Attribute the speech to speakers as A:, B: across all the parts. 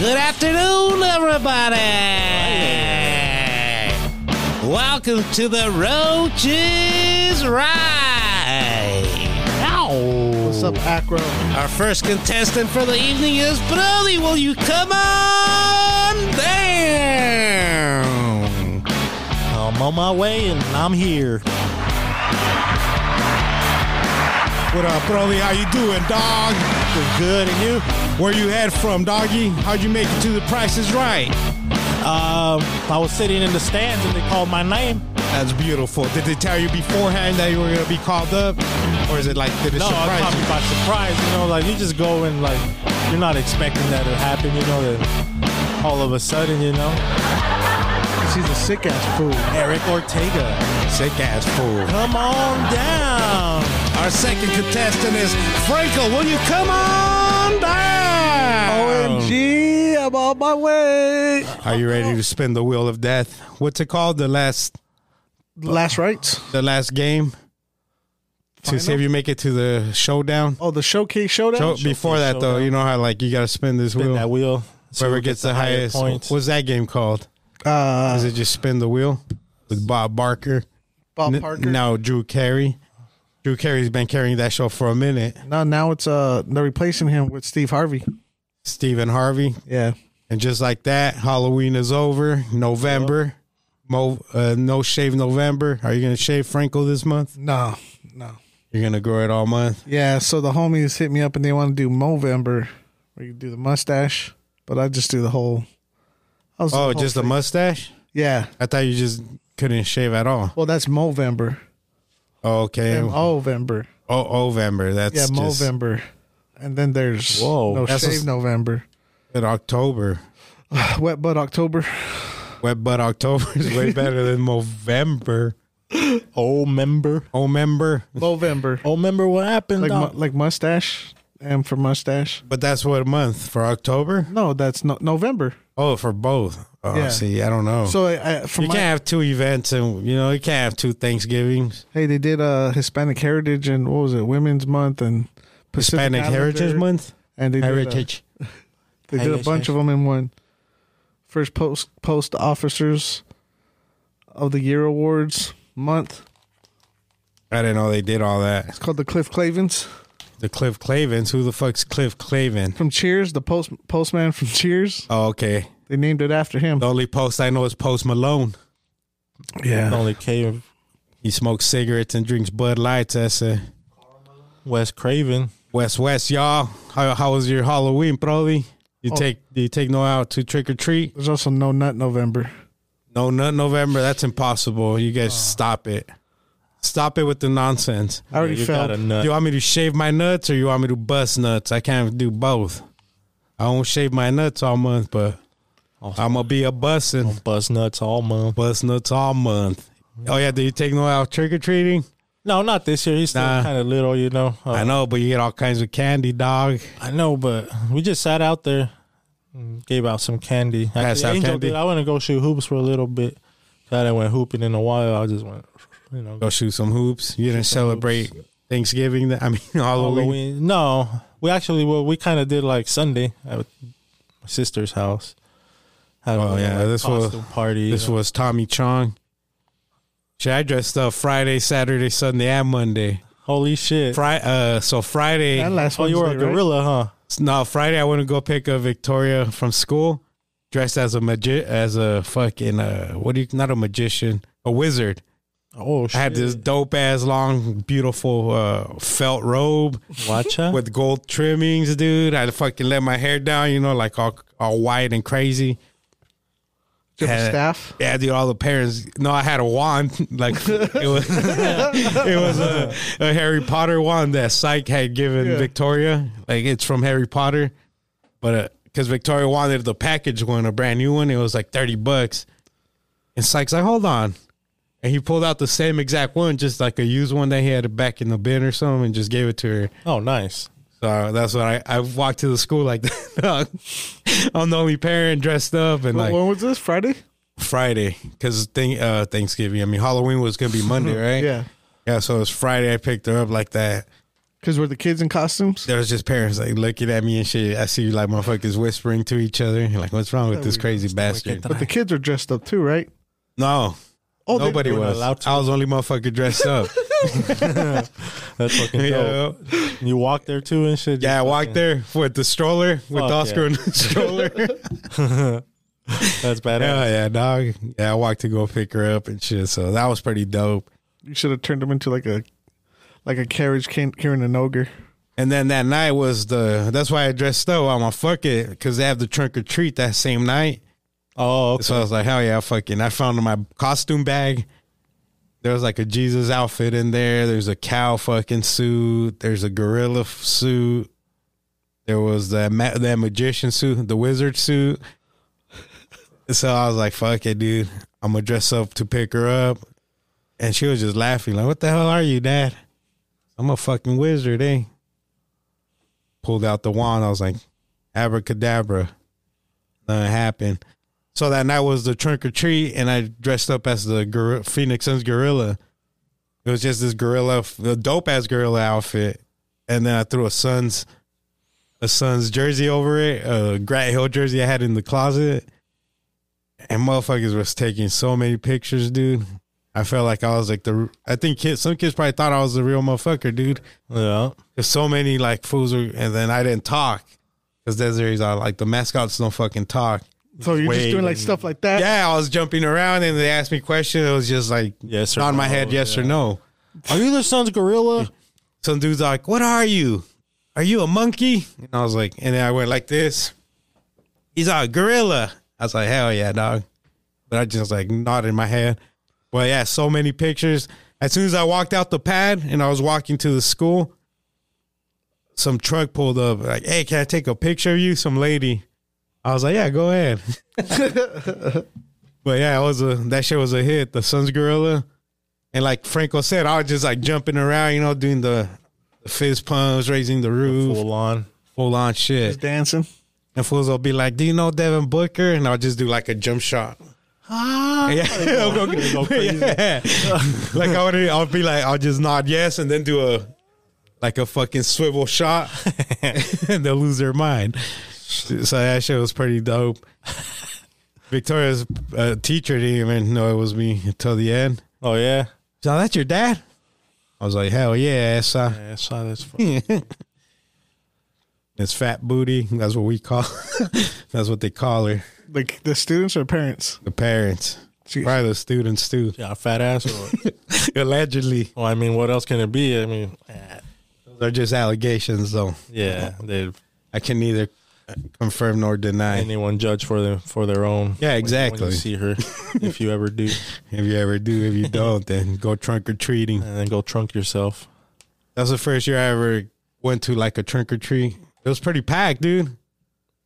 A: Good afternoon, everybody. Welcome to the Roaches Ride. Ow.
B: What's up, Acro?
A: Our first contestant for the evening is Brody. Will you come on down?
B: I'm on my way and I'm here.
C: What up, Broly? How you doing, dog?
B: Doing good, and you?
C: Where you head from, doggy? How'd you make it to the Price is Right?
B: Um, I was sitting in the stands and they called my name.
C: That's beautiful. Did they tell you beforehand that you were gonna be called up, or is it like did it
B: No, I
C: surprise
B: caught me
C: you?
B: by surprise. You know, like you just go and like you're not expecting that to happen. You know that all of a sudden, you know,
D: He's a sick ass fool.
B: Eric Ortega,
C: Sick ass fool.
B: come on down.
A: Our second contestant is Franco. Will you come on down?
D: OMG, I'm on my way.
C: Are you ready to spin the wheel of death? What's it called? The last,
D: Last rites.
C: the last game to see if you make it to the showdown.
D: Oh, the showcase showdown.
C: So before that though,
B: showdown.
C: you know how like you gotta spin this
B: Spin
C: wheel.
B: that wheel.
C: Whoever gets the
B: higher
C: highest.
B: points.
C: What's that game called?
D: uh,
C: Is it just spin the wheel with Bob Barker?
D: Bob
C: N-
D: Parker.
C: Now Drew Carey. Drew Carey's been carrying that show for a minute.
D: no, now it's uh they're replacing him with Steve Harvey.
C: Stephen Harvey,
D: Yeah,
C: and just like that, Halloween is over. November, Mo, uh, no shave November. Are you gonna shave Franco this month?
D: no, no.
C: You're gonna grow it all month.
D: Yeah, so the homies hit me up and they want to do Movember, where you do the mustache, but I just do the whole. I was
C: Oh, just a mustache?
D: Yeah.
C: I thought you just couldn't shave at all.
D: Well, that's Movember.
C: Okay,
D: M
C: oh,
D: O November.
C: November. That's
D: Yeah,
C: just
D: Movember. And then there's
B: Whoa.
D: no
C: That's
D: shave
C: a-
D: November.
C: in October.
D: Wet butt October.
C: Wet butt October is way better than November.
B: Oh, member.
C: Oh, member.
D: November.
B: Oh, member. What happened?
D: like
B: dog?
D: mu- like mustache. M for mustache.
C: But that's what month for October?
D: No, that's no- November.
C: Oh, for both. Oh,
D: Yeah.
C: see, I don't know.
D: So I, I, from
C: you
D: my,
C: can't have two events and you know you can't have two Thanksgivings.
D: hey, they did uh Hispanic Heritage and what was it, Women's Month and Pacific
C: Hispanic
D: Islander,
C: Heritage Month,
D: and they did, uh,
C: Heritage.
D: they did a bunch of them in one. First post post officers of the year awards month.
C: I didn't know they did all that.
D: It's called the Cliff Clavins
C: The Cliff Clavins. Who the fuck's Cliff Clavin?
D: from Cheers. The post postman from Cheers.
C: Oh, okay.
D: They named it after him.
C: The only post I know is Post Malone.
D: Yeah,
B: Only K
C: He smokes cigarettes and drinks Bud Lights. That's a
B: West Craven.
C: West West, y'all. How, how was your Halloween, Broly? You
D: Oh.
C: take you take no out to trick or treat?
D: there's also No Nut November.
C: No, not November. That's impossible. You guys stop it. Stop it with the nonsense.
D: I already
B: You
D: felt
B: got a nut.
C: You want me to shave my nuts or you want me to bust nuts? I can't do both. I won't shave my nuts all month, but I'm gonna be a bussin'.
B: Buzz nuts all month.
C: Bust nuts all month. Oh yeah, do you take no out trick or treating?
B: No, not this year. He's still
C: Nah.
B: kind of little, you know. Uh,
C: I know, but you get all kinds of candy, dog.
B: I know, but we just sat out there and gave out some candy.
C: Passed
B: Actually,
C: out
B: Angel
C: candy?
B: did. I went to go shoot hoops for a little bit. I didn't went hooping in a while. I just went, you know,
C: Go shoot some hoops. You didn't celebrate Thanksgiving. th- I mean Halloween.
B: Halloween. No, we actually well, we kind of did like Sunday at my sister's house. Had
C: Oh,
B: a,
C: yeah,
B: like,
C: this was-
B: costume party.
C: This was Tommy Chong. Shit, I dressed up Friday, Saturday, Sunday, and Monday.
B: holy shit.
C: Fri- uh, so Friday,
D: And last
B: oh, you were a
D: Wednesday, right?
B: gorilla, huh?
C: No, Friday I went to go pick up Victoria from school, dressed as a magi- as a fucking uh, what do you not a magician, a wizard.
B: Oh shit!
C: I had this dope ass long, beautiful uh, felt robe
B: watch out.
C: with gold trimmings, dude. I fucking let my hair down, you know, like all all white and crazy.
D: Did you have a
C: Yeah.
D: staff.
C: Yeah, dude, all the parents. No, I had a wand. Like it was, it was a, a Harry Potter wand that Psych had given
D: Yeah.
C: Victoria. Like it's from Harry Potter, but because Victoria wanted the package one, a brand new one, it was like thirty bucks. And Psych's like, hold on, and he pulled out the same exact one, just like a used one that he had back in the bin or something, and just gave it to her.
B: Oh, nice.
C: So that's what I I walked to the school like that. I'm the only parent dressed up and
D: Wh-
C: like
D: when was this? Friday.
C: Friday because thing uh Thanksgiving. I mean Halloween was gonna be Monday, right?
D: Yeah.
C: Yeah, so it was Friday. I picked her up like that.
D: Because were the kids in costumes?
C: There was just parents like looking at me and shit. I see you like motherfuckers whispering to each other. Like, what's wrong with this crazy bastard?
D: But the kids are dressed up too, right?
C: No,
D: Oh, they-
C: nobody
B: they weren't
C: was.
B: allowed to.
C: I was only motherfucker dressed up.
B: That's fucking
C: you
B: dope.
C: know?
B: You walk there too and shit.
C: Yeah, I walked there with the stroller, with
B: Fuck
C: Oscar
B: yeah.
C: and the stroller.
B: That's badass.
C: yeah, yeah, dog. Yeah, I walked to go pick her up and shit. So that was pretty dope.
D: You should have turned them into like a like a carriage can- carrying an ogre.
C: And then that night was the. That's why I dressed up. I'm a fuck it because they have the trunk or treat that same night.
B: Oh, okay.
C: So I was like, hell yeah, fucking. I found in my costume bag. There was like a Jesus outfit in there. There's a cow fucking suit. There's a gorilla f- suit. There was that ma- that magician suit, the wizard suit. So I was like, fuck it, dude. I'm gonna dress up to pick her up. And she was just laughing, like, what the hell are you, dad? I'm a fucking wizard, eh? Pulled out the wand. I was like, abracadabra. Nothing happened. So that night was the trunk or treat, and I dressed up as the gor- Phoenix Suns gorilla. It was just this gorilla, a dope ass gorilla outfit, and then I threw a Suns, a Suns jersey over it, a Grant Hill jersey I had in the closet, and motherfuckers was taking so many pictures, dude. I felt like I was like the. I think kids, some kids probably thought I was the real motherfucker, dude.
B: yeah.
C: There's so many like fools, were, and then I didn't talk because Desiree's all uh, like the mascots don't fucking talk.
D: So you're just
B: Wait.
D: doing like stuff like that.
C: Yeah, I was jumping around and they asked me questions. It was just like
B: Yes or
C: on my
B: no,
C: head, yes or
B: yeah.
C: no.
B: Are you the son's gorilla?
C: Some dude's like, "What are you? Are you a monkey?" And I was like, and then I went like this. He's like gorilla. I was like, hell yeah, dog. But I just like nodded my head. But yeah, so many pictures. As soon as I walked out the pad and I was walking to the school, some truck pulled up. Like, hey, can I take a picture of you? Some lady. I was like, yeah, go ahead. But yeah, it was a that shit was a hit. The Suns Gorilla, and like Franco said, I was just like jumping around, you know, doing the, the fist pumps, raising the roof, full,
B: Full on.
C: on shit.
D: Just dancing.
C: And fools will be like, "Do you know Devin Booker?" And I'll just do like a jump shot. Ah, yeah, I'll go-
B: go crazy.
C: yeah. like I would, I'll be like, I'll just nod yes, and then do a like a fucking swivel shot, and they'll lose their mind. So that shit was pretty dope. Victoria's uh, teacher didn't even know it was me until the end.
B: Oh yeah.
C: So that's your dad. I was like, hell yeah, son.
B: Yeah, I saw this. fu-
C: It's fat booty. That's what we call. that's what they call her.
D: Like the students or parents?
C: The parents.
D: Jeez.
C: Probably the students too.
B: Yeah, a fat ass. Or what?
C: Allegedly.
B: well, I mean, what else can it be? I mean, eh,
C: They're just allegations though.
B: yeah, they
C: I can neither confirm nor deny.
B: anyone judge for them for their own.
C: Yeah,
B: when- When
C: exactly.
B: you see her, if you ever do,
C: If you ever do, if you don't, then go trunk or treating.
B: and then go trunk yourself.
C: That's the first year I ever went to like a trunk or treat. It was pretty packed, dude. A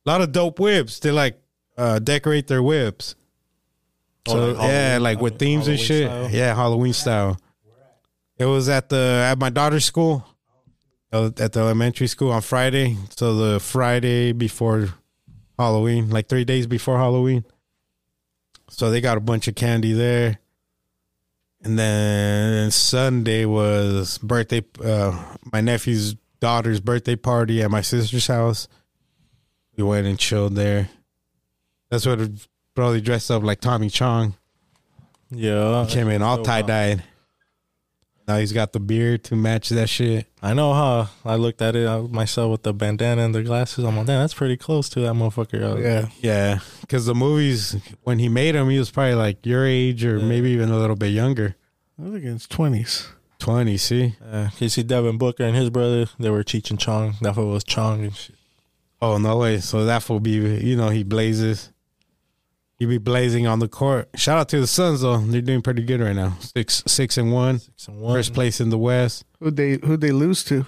C: lot of dope whips. They like uh, decorate their whips.
B: Oh,
C: So
B: like
C: yeah,
B: Halloween-
C: like with themes and
B: Halloween
C: shit.
B: style?
C: Yeah, Halloween style. It was at the at my daughter's school, uh, at the elementary school on Friday. So the Friday before Halloween, like three days before Halloween. So they got a bunch of candy there, and then Sunday was birthday. Uh, my nephew's daughter's birthday party at my sister's house. We went and chilled there. That's what probably dressed up like Tommy Chong.
B: Yeah,
C: Came in all
B: So, uh,
C: tie dyed. Now he's got the beard to match that shit.
B: I know, huh? I looked at it uh, myself with the bandana and the glasses. I'm like, damn, that's pretty close to that motherfucker. Uh,
D: Yeah.
C: Yeah, because the movies when he made him, he was probably like your age or maybe even a little bit younger,
D: I think it's twenties.
C: twenty. See?
B: Uh, you see Devin Booker and his brother, they were Cheech and Chong. That fool was Chong and shit.
C: Oh no way! So that will be you know he blazes. He be blazing on the court. Shout out to the Suns though; they're doing pretty good right now. Six, six and one,
B: Six and one.
C: first place in the West.
D: Who they who they lose to?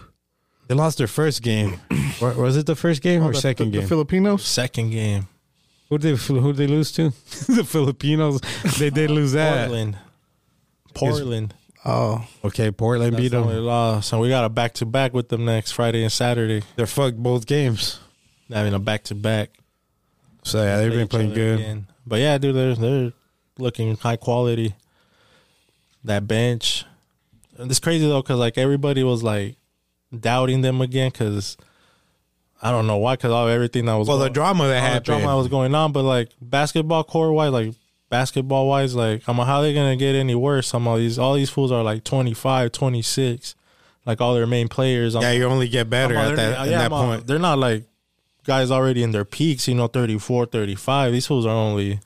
C: They lost their first game. Wa- Was it the first game or
D: the,
C: second
D: the,
C: game?
D: The Filipinos.
B: Second game.
C: Who did who they lose to? the Filipinos. They did lose that.
B: Portland. Portland.
D: Oh,
C: Okay, Portland
B: That's
C: beat
B: how
C: them.
B: we lost. And we got a back to back with them next Friday and Saturday.
C: They're fucked both games.
B: I mean, a back to back.
C: So yeah, they've been playing good.
B: But yeah, dude, they're, they're looking high quality. That bench. And it's crazy, though, because like everybody was like, doubting them again because I don't know why. Because all everything that was
C: Well, Oh, the
B: going-
C: drama that
B: all the
C: happened.
B: drama that was going on, but like basketball court wise, like basketball wise, like I'm how they gonna get any worse? Some of these all these fools are like 25, 26, like all their main players. I'm
C: yeah, you only get better
B: Oh,
C: at
B: they're-
C: that, at
B: yeah,
C: that
B: I'm all-
C: point.
B: They're not like guys already in their peaks, you know, 34, 35. These fools are only,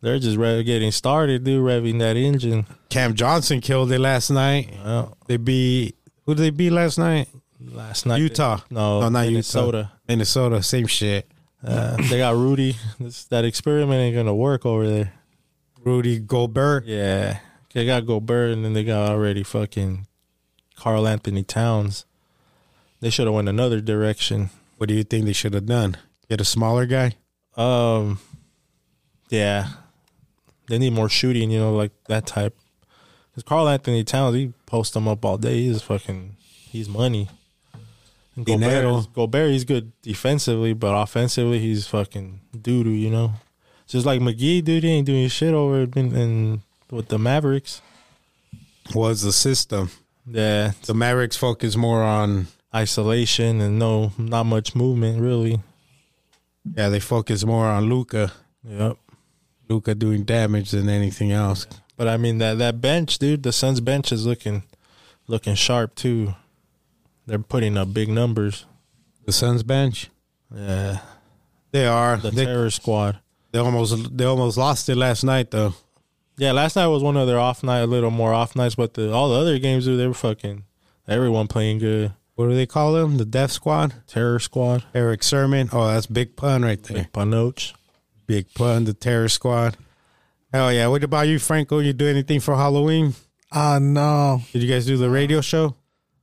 B: they're just rev- getting started, dude, revving that engine.
C: Cam Johnson killed it last night.
B: Uh,
C: They beat who did they beat last night?
B: last night.
C: Utah.
B: no,
C: no, not
B: Minnesota.
C: Utah. Minnesota, same shit.
B: Uh, they got Rudy. This, that experiment ain't going to work over there.
C: Rudy Gobert.
B: Yeah. They got Gobert, and then they got already fucking Carl Anthony Towns. They should have went another direction.
C: What do you think they should have done? Get a smaller guy.
B: Um, yeah, they need more shooting. You know, like that type. Because Carl Anthony Towns, he posts them up all day. He's fucking, he's money. And
C: Dinero.
B: Gobert, is- Gobert, he's good defensively, but offensively, he's fucking doo doo. You know, just like McGee, dude, he ain't doing shit over in, in with the Mavericks.
C: Was the system.
B: Yeah,
C: The Mavericks focus more on
B: isolation and no, not much movement really.
C: yeah, they focus more on Luca.
B: Yep.
C: Luca doing damage than anything else.
B: But I mean that that bench, dude. The Suns bench is looking looking sharp too. They're putting up big numbers.
C: The Suns bench.
B: Yeah,
C: They are.
B: the
C: They,
B: terror squad.
C: they almost they almost lost it last night though.
B: Yeah, last night was one of their off night, a little more off nights. But the all the other games, dude, they were fucking everyone playing good.
C: What do they call them? The Death Squad?
B: Terror squad,
C: Eric Sermon. Oh, that's big pun right there.
B: like Panoch.
C: Big pun, the terror squad. Hell yeah. What about you, Franco? You do anything for Halloween?
D: Ah, no.
C: Did you guys do the radio show?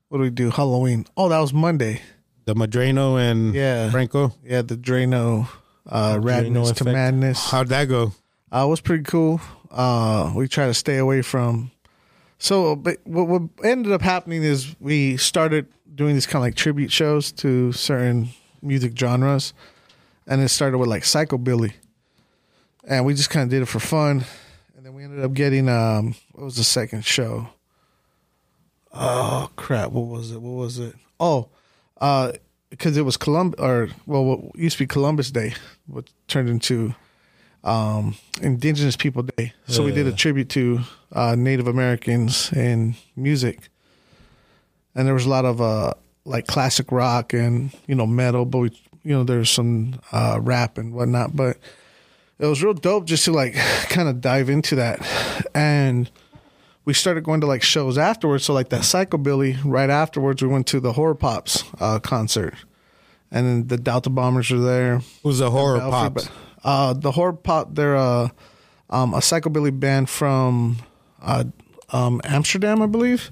D: What do we do? Halloween. Oh, that was Monday.
C: The Madreno and
D: Yeah.
C: Franco?
D: Yeah, the Drano, uh,
B: Drano
D: Radness to
B: effect.
D: Madness.
C: How'd that go?
D: Uh, it was pretty cool. Uh, we try to stay away from. So, but what, what ended up happening is we started doing these kind of like tribute shows to certain music genres, and it started with like psychobilly, and we just kind of did it for fun, and then we ended up getting um what was the second show? Oh crap! What was it? What was it? Oh, uh, because it was Columbus or well, what used to be Columbus Day, what turned into um, Indigenous People Day. So we did a
B: Yeah.
D: tribute to uh, Native Americans and music, and there was a lot of uh, like classic rock and you know metal, but we, you know there's some uh, rap and whatnot. But it was real dope just to like kind of dive into that, and we started going to like shows afterwards. So like that psychobilly, right afterwards, we went to the horror pops uh, concert, and then the Delta Bombers were there.
C: Who's a horror
D: Alfred,
C: pops?
D: but, Uh, the horror pop. They're uh, um, a psychobilly band from uh, um, Amsterdam, I believe.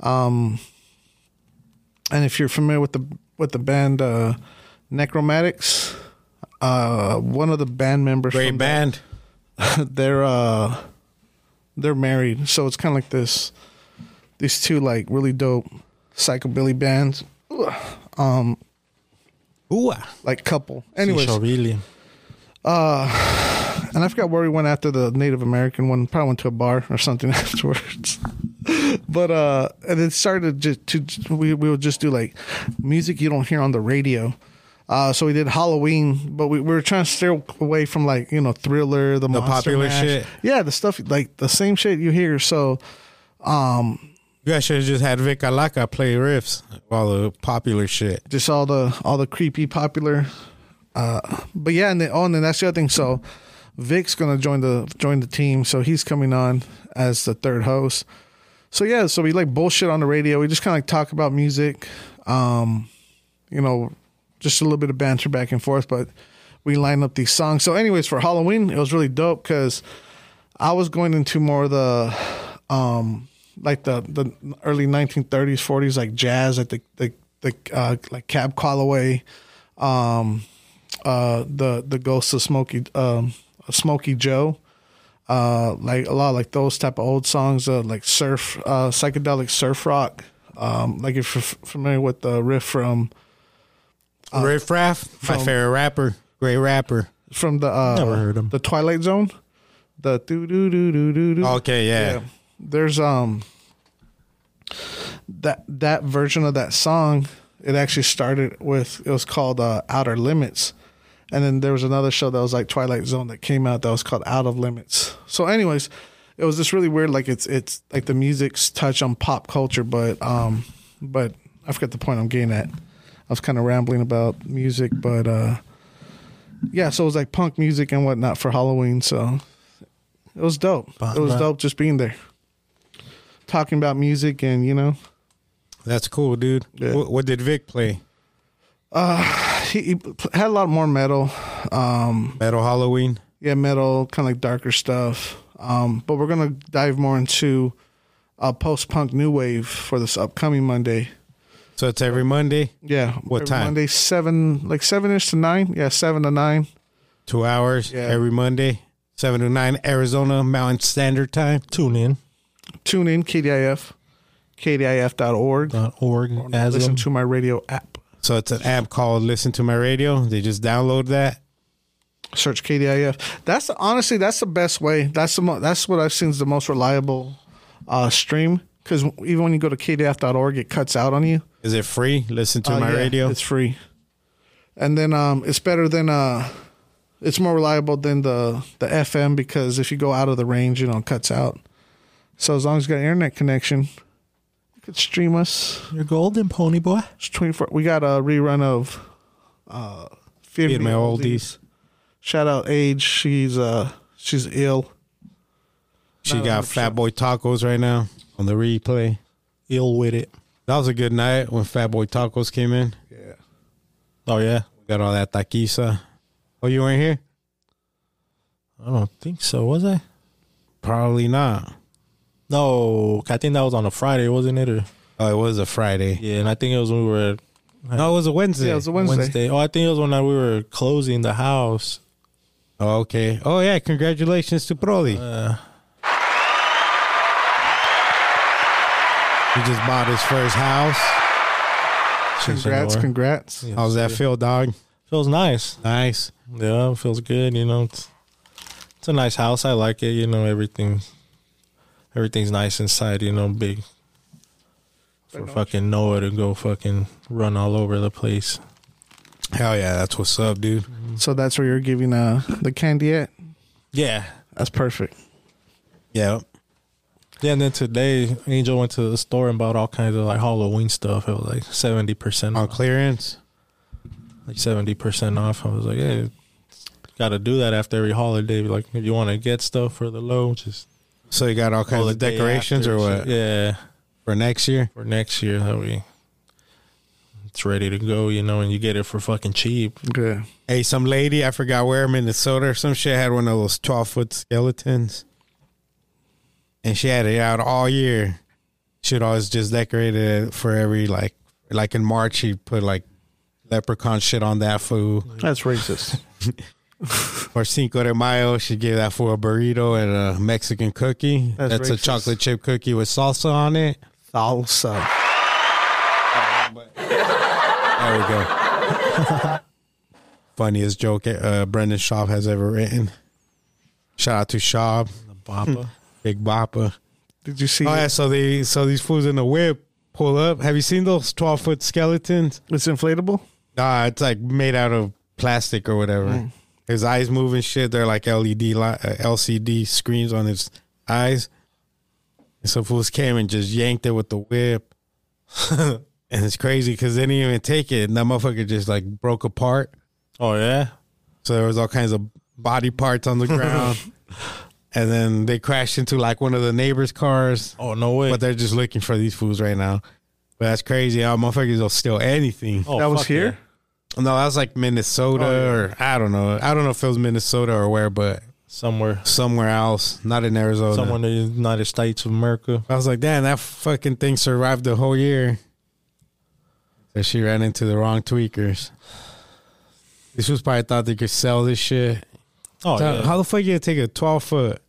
D: Um, and if you're familiar with the with the band uh, Necromatics, uh, one of the band members,
C: Great
D: from that-
C: band.
D: they're uh, they're married, so it's kind of like this. These two like really dope psychobilly bands,
C: Ooh.
D: like couple. Anyways,
B: ah. really.
D: and I forgot where we went after the Native American one. Probably went to a bar or something afterwards. but uh, and it started to, to we we would just do like music you don't hear on the radio. Uh, so we did Halloween, but we, we were trying to steer away from like you know Thriller, the, Monster
C: popular
D: Mash.
C: shit.
D: Yeah, the stuff like the same shit you hear. So
C: You guys should have just had Vic Alaka play riffs. All the popular shit.
D: just all the all the creepy popular uh but yeah and then oh and then that's the other thing so vic's gonna join the join the team so he's coming on as the third host so yeah so we like bullshit on the radio we just kind of like talk about music um you know just a little bit of banter back and forth but we line up these songs so anyways for halloween it was really dope because i was going into more of the um like the the early 1930s 40s like jazz like the the, the uh like cab calloway um uh the the ghost of smoky um smoky joe uh like a lot of like those type of old songs uh like surf uh psychedelic surf rock um like if you're f- familiar with the riff from Uh,
C: Riff Raff, my
D: from-
C: favorite rapper. Great rapper.
D: from the uh
B: Never heard 'em.
D: the twilight zone the doo doo doo doo doo doo
C: Okay, yeah.
D: there's um that that version of that song it actually started with it was called uh, Outer Limits, and then there was another show that was like Twilight Zone that came out that was called Out of Limits. So, anyways, it was just really weird. Like it's it's like the music's touch on pop culture, but um, but I forget the point I'm getting at. I was kind of rambling about music, but uh, yeah, so it was like punk music and whatnot for Halloween. So it was dope. It was dope just being there, talking about music and you know
C: That's cool, dude.
D: Yeah.
C: What, what did Vic play?
D: he, he had a lot more metal. Um,
C: Metal Halloween.
D: yeah, metal, kind of like darker stuff. Um, but we're gonna dive more into uh, post punk new wave for this upcoming Monday.
C: So it's every Monday,
D: Yeah,
C: What
D: every
C: time?
D: Monday seven, like seven ish to nine. Yeah, seven to nine.
C: two hours.
D: Yeah.
C: Every Monday, seven to nine Arizona Mountain Standard Time.
B: Tune in.
D: Tune in KDIF, KDIF.org.
B: Dot org.
D: Listen
B: Aslam.
D: to my radio app.
C: So it's an app called Listen to My Radio. They just download that.
D: Search KDIF. That's the, honestly that's the best way. That's the mo- that's what I've seen is the most reliable uh, stream. Because even when you go to KDIF.org, it cuts out on you.
C: Is it free? Listen to
D: Uh,
C: my
D: yeah,
C: radio.
D: It's free. And then um, it's better than uh, it's more reliable than the the FM because if you go out of the range, you know, it cuts out. So as long as you got an internet connection, you could stream us.
B: Your golden pony boy.
D: It's twenty four. We got a rerun of uh, Fear,
C: Feed
D: Me
C: my
D: Oldies.
C: oldies.
D: Shout out Age. She's uh she's ill.
C: She got Fat Boy Tacos right now on the replay.
B: Ill with it.
C: That was a good night when Fat Boy Tacos came in.
B: Oh yeah.
C: Got all that taquiza. Oh, you weren't here?
B: I don't think so. Was I?
C: Probably not.
B: No. I think that was on a Friday, wasn't it? Or
C: Oh, it was a Friday.
B: yeah, and I think it was when we were
C: No, it was a Wednesday.
D: Yeah, it was a Wednesday.
B: Wednesday. Oh, I think it was when I, we were closing the house.
C: Oh, okay. Oh yeah, congratulations to Prodi. he just bought his first house.
D: Congrats,
B: Senor.
D: congrats.
C: How's that feel, dog?
B: Feels nice.
C: Nice.
B: Yeah, it feels good. You know, it's, it's a nice house. I like it. You know, everything, everything's nice inside. You know, big. For fucking nowhere to go, fucking run all over the place.
C: Hell yeah, that's what's up, dude.
D: So that's where you're giving uh the candy at.
B: Yeah,
D: That's perfect.
C: Yeah.
B: yeah. And then today, Angel went to the store and bought all kinds of like Halloween stuff. It was like seventy percent,
C: On
B: off.
C: clearance.
B: like seventy percent off. I was like, hey, got to do that after every holiday. Like, if you want to get stuff for the low, just
C: So you got all kinds
B: the
C: of
B: day
C: decorations
B: after.
C: or what?
B: Yeah.
C: For next year?
B: for next year that we it's ready to go, you know, and you get it for fucking cheap.
D: Good.
C: Hey, some lady, I forgot where, Minnesota or some shit, had one of those 12 foot skeletons. And she had it out all year. She'd always just decorated it for every, like, like in March, she'd put like leprechaun shit on that fool.
D: That's racist.
C: For Cinco de Mayo, she'd give that fool a burrito and a Mexican cookie.
D: That's
C: That's, a
D: racist.
C: chocolate chip cookie with salsa on it.
D: Salsa.
C: There we go. Funniest joke uh, Brendan Schaub has ever written. Shout out to Schaub, Hmm.
B: Boppa.
C: Big Bopper.
D: Did you see?
C: Oh
D: it?
C: yeah, so they so these fools in the whip pull up. Have you seen those twelve foot skeletons?
D: It's inflatable.
C: Nah, it's like made out of plastic or whatever. His eyes move and shit. They're like LED li- uh, LCD screens on his eyes. And so fools came and just yanked it with the whip. and it's crazy because they didn't even take it, and that motherfucker just like broke apart.
B: Oh yeah.
C: So there was all kinds of body parts on the ground. and then they crashed into like one of the neighbors' cars.
B: Oh no way.
C: But they're just looking for these fools right now. But that's crazy. How motherfuckers will steal anything.
B: oh,
D: that was
B: fuck
D: here.
C: No, that was like Minnesota
B: Oh,
C: or I don't know. I don't know if it was Minnesota or where, but
B: Somewhere.
C: somewhere else, not in Arizona.
B: Someone in the United States of America.
C: I was like, damn, that fucking thing survived the whole year. So she ran into the wrong tweakers. This was probably thought they could sell this shit.
B: Oh
C: So
B: yeah.
C: How the fuck you gonna take a twelve foot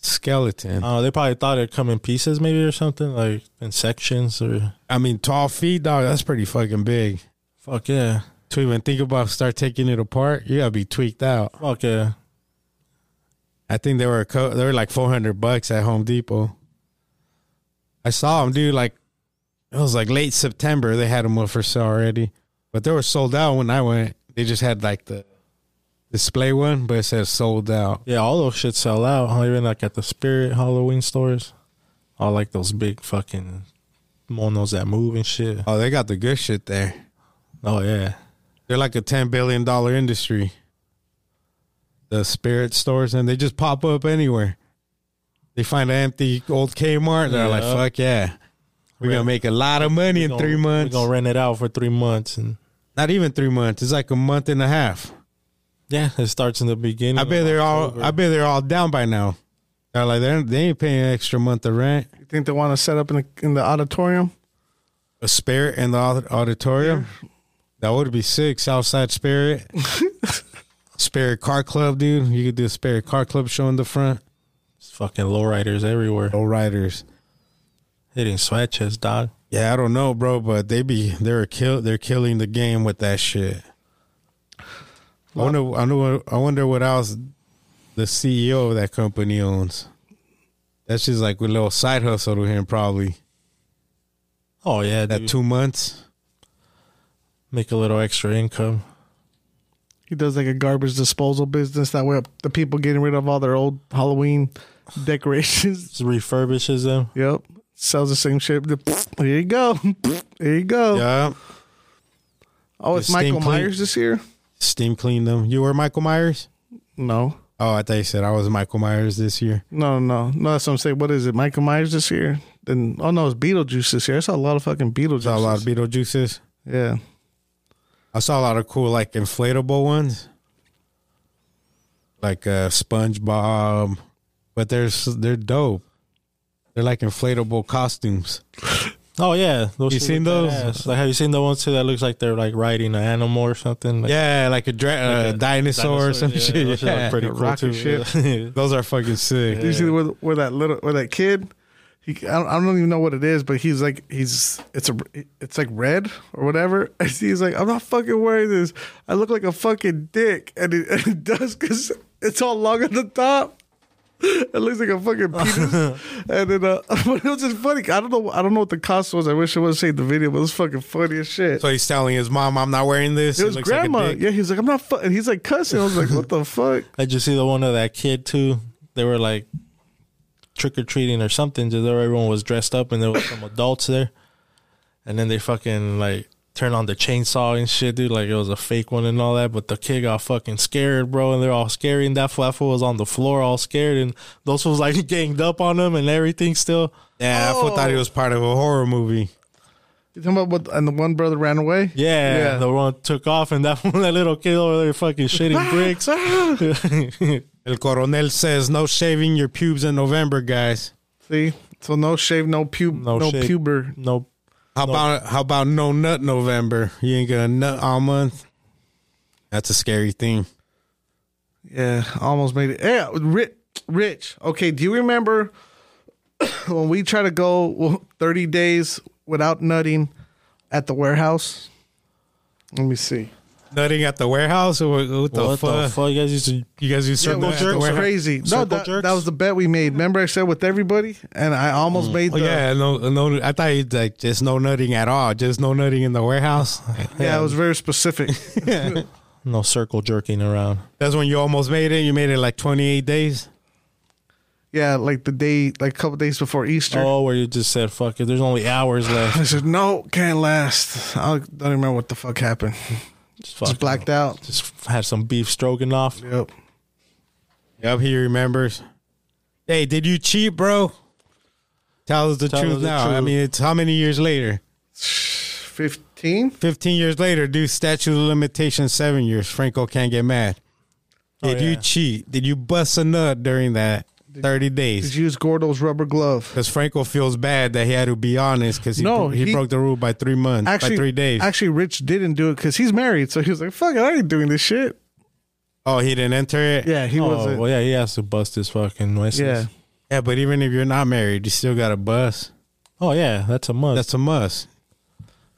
C: skeleton?
B: Uh, they probably thought it'd come in pieces maybe or something, like in sections or
C: I mean, twelve feet, dog. That's pretty fucking big.
B: fuck yeah.
C: To even think about start taking it apart, you gotta be tweaked out.
B: Fuck yeah.
C: I think they were co- they were like four hundred bucks at Home Depot. I saw them, dude. Like it was like late September. They had them up for sale already, but they were sold out when I went. They just had like the display one, but it says sold out.
B: Yeah, all those shit sell out. Huh? Even like at the Spirit Halloween stores, all like those big fucking monos that move and shit.
C: Oh, they got the good shit there.
B: Oh yeah,
C: They're like a ten billion dollar industry. The spirit stores and they just pop up anywhere. They find an empty old Kmart. They're like,
B: Yeah.
C: "Fuck yeah, we're gonna
B: Right.
C: make a lot of money in
B: Gonna-
C: three months.
B: We gonna rent it out for three months, and
C: Not even three months. It's like a month and a half.
B: yeah, it starts in the beginning.
C: I bet
B: of
C: they're all.
B: October.
C: I bet they're all down by now. They're like, they're, they ain't paying an extra month of rent.
D: You think they want to set up in the, in the auditorium?
C: A spirit in the au- auditorium. That would be sick. Southside Spirit. spirit Car Club, dude. You could do a Spirit Car Club show in the front.
B: It's fucking lowriders everywhere,
C: No riders.
B: hitting sweat chest, dog.
C: Yeah, I don't know, bro, but they be they're kill they're killing the game with that shit. I wonder, I know, I wonder what else the CEO of that company owns. That's just like a little side hustle to him, probably.
B: Oh yeah,
C: That
B: dude.
C: two months,
B: make a little extra income.
D: He does like a garbage disposal business. That way, the people getting rid of all their old Halloween decorations.
B: Just refurbishes them.
D: Yep. Sells the same shit. Here you go. Here you go.
C: yeah.
D: Oh, it's
C: Just
D: Michael
C: steam clean.
D: Myers this year?
C: Steam clean them. You were Michael Myers.
D: No.
C: Oh, I thought you said I was Michael Myers this year.
D: No, no. No, that's what I'm saying. What is it? Michael Myers this year? Then oh no, it's Beetlejuice this year. I saw a lot of fucking Beetlejuice.
C: Saw a lot of Beetlejuices.
D: yeah.
C: I saw a lot of cool like inflatable ones, like uh, SpongeBob, but they're s- they're dope. They're like inflatable costumes.
B: Oh yeah, those
C: You
B: shit
C: seen
B: look
C: those?
B: badass. Like, have you seen the ones too that looks like they're like riding an animal or something? Like,
C: Yeah, like a, dra- uh,
B: a
C: dinosaur, or some
B: yeah,
C: shit.
B: those look
C: Yeah.
B: pretty
D: The
B: cool
D: rocket
B: too.
D: ship.
B: yeah.
C: Those are fucking sick.
D: Did you see where, where that little where that kid? He, I, don't, I don't even know what it is, but he's like he's it's a it's like red or whatever. And he's like, I'm not fucking wearing this. I look like a fucking dick, and it, and it does because it's all long at the top. It looks like a fucking penis. and then, uh, but it was just funny. I don't know. I don't know what the cost was. I wish I would have saved the video, but it was fucking funny as shit.
C: So he's telling his mom, "I'm not wearing this."
D: it was
C: looks like a
D: grandma.
C: dick."
D: yeah, he's like, I'm not. Fu-, and he's like cussing. I was like, what the fuck?
B: Did you see the one of that kid too? They were like trick or treating or something. Just there, everyone was dressed up, and there was some adults there. And then they fucking like turned on the chainsaw and shit, dude. Like it was a fake one and all that. But the kid got fucking scared, bro. And they're all scary. And that flat fool was on the floor, all scared. And those was like ganged up on him and everything. Still,
C: Yeah, I fool thought he was part of a horror movie.
D: You talking about what? And the one brother ran away.
B: yeah.
D: Yeah.
B: The one took off, and that that little kid over there fucking shitting bricks.
C: El Coronel says, "No shaving your pubes in November, guys.
D: See, so no shave, no pub, no,
B: No shave.
D: puber.
B: nope.
C: How about how about no nut November? You ain't gonna nut all month. That's a scary thing.
D: Yeah, almost made it. Yeah, rich, rich. Okay, do you remember when we try to go well, thirty days without nutting at the warehouse? Let me see.
C: Nutting at the warehouse or what, what the
B: what
C: fuck?
B: the fuck? You guys used to
C: You guys do circle
D: Circle
C: at the
D: jerks
C: warehouse?
D: crazy. No,
B: Circle
D: that,
B: jerks?
D: that was the bet we made. Remember, I said with everybody, and I almost made
C: Oh,
D: the.
C: yeah, no, no. I thought you'd like just no nutting at all. Just no nutting in the warehouse.
D: yeah, it was very specific.
B: no circle jerking around.
C: That's when you almost made it. You made it like twenty eight days.
D: yeah, like the day, like a couple days before Easter.
B: Oh, where you just said, fuck it, there's only hours left.
D: I said no, can't last. I don't remember what the fuck happened.
B: Just,
D: Just
B: fuck,
D: blacked out.
B: just had some beef stroganoff.
D: Yep.
C: Yep, he remembers. Hey, did you cheat, bro? Tell us the
B: Tell
C: truth
B: us the
C: now. I
B: truth.
C: mean, it's how many years later?
D: 15
C: Fifteen years later, dude. Statute of limitations, seven years. Franco can't get mad. Did you
B: yeah.
C: cheat? Did you bust a nut during that thirty days?
D: Oh, did you use gordo's rubber glove
C: Because Franco feels bad that he had to be honest because he, bro-
D: No,
C: he,
D: he-
C: broke the rule by three months,
D: actually
C: by three days.
D: actually rich didn't do it because he's married so he was like fuck it i ain't doing this shit
C: oh, he didn't enter it?
D: yeah he
B: Oh,
D: wasn't
B: well, yeah, he has to bust his fucking nuisance.
D: yeah
C: Yeah, but even if you're not married, you still got a bus.
B: Oh, yeah, that's a must.
C: That's a must.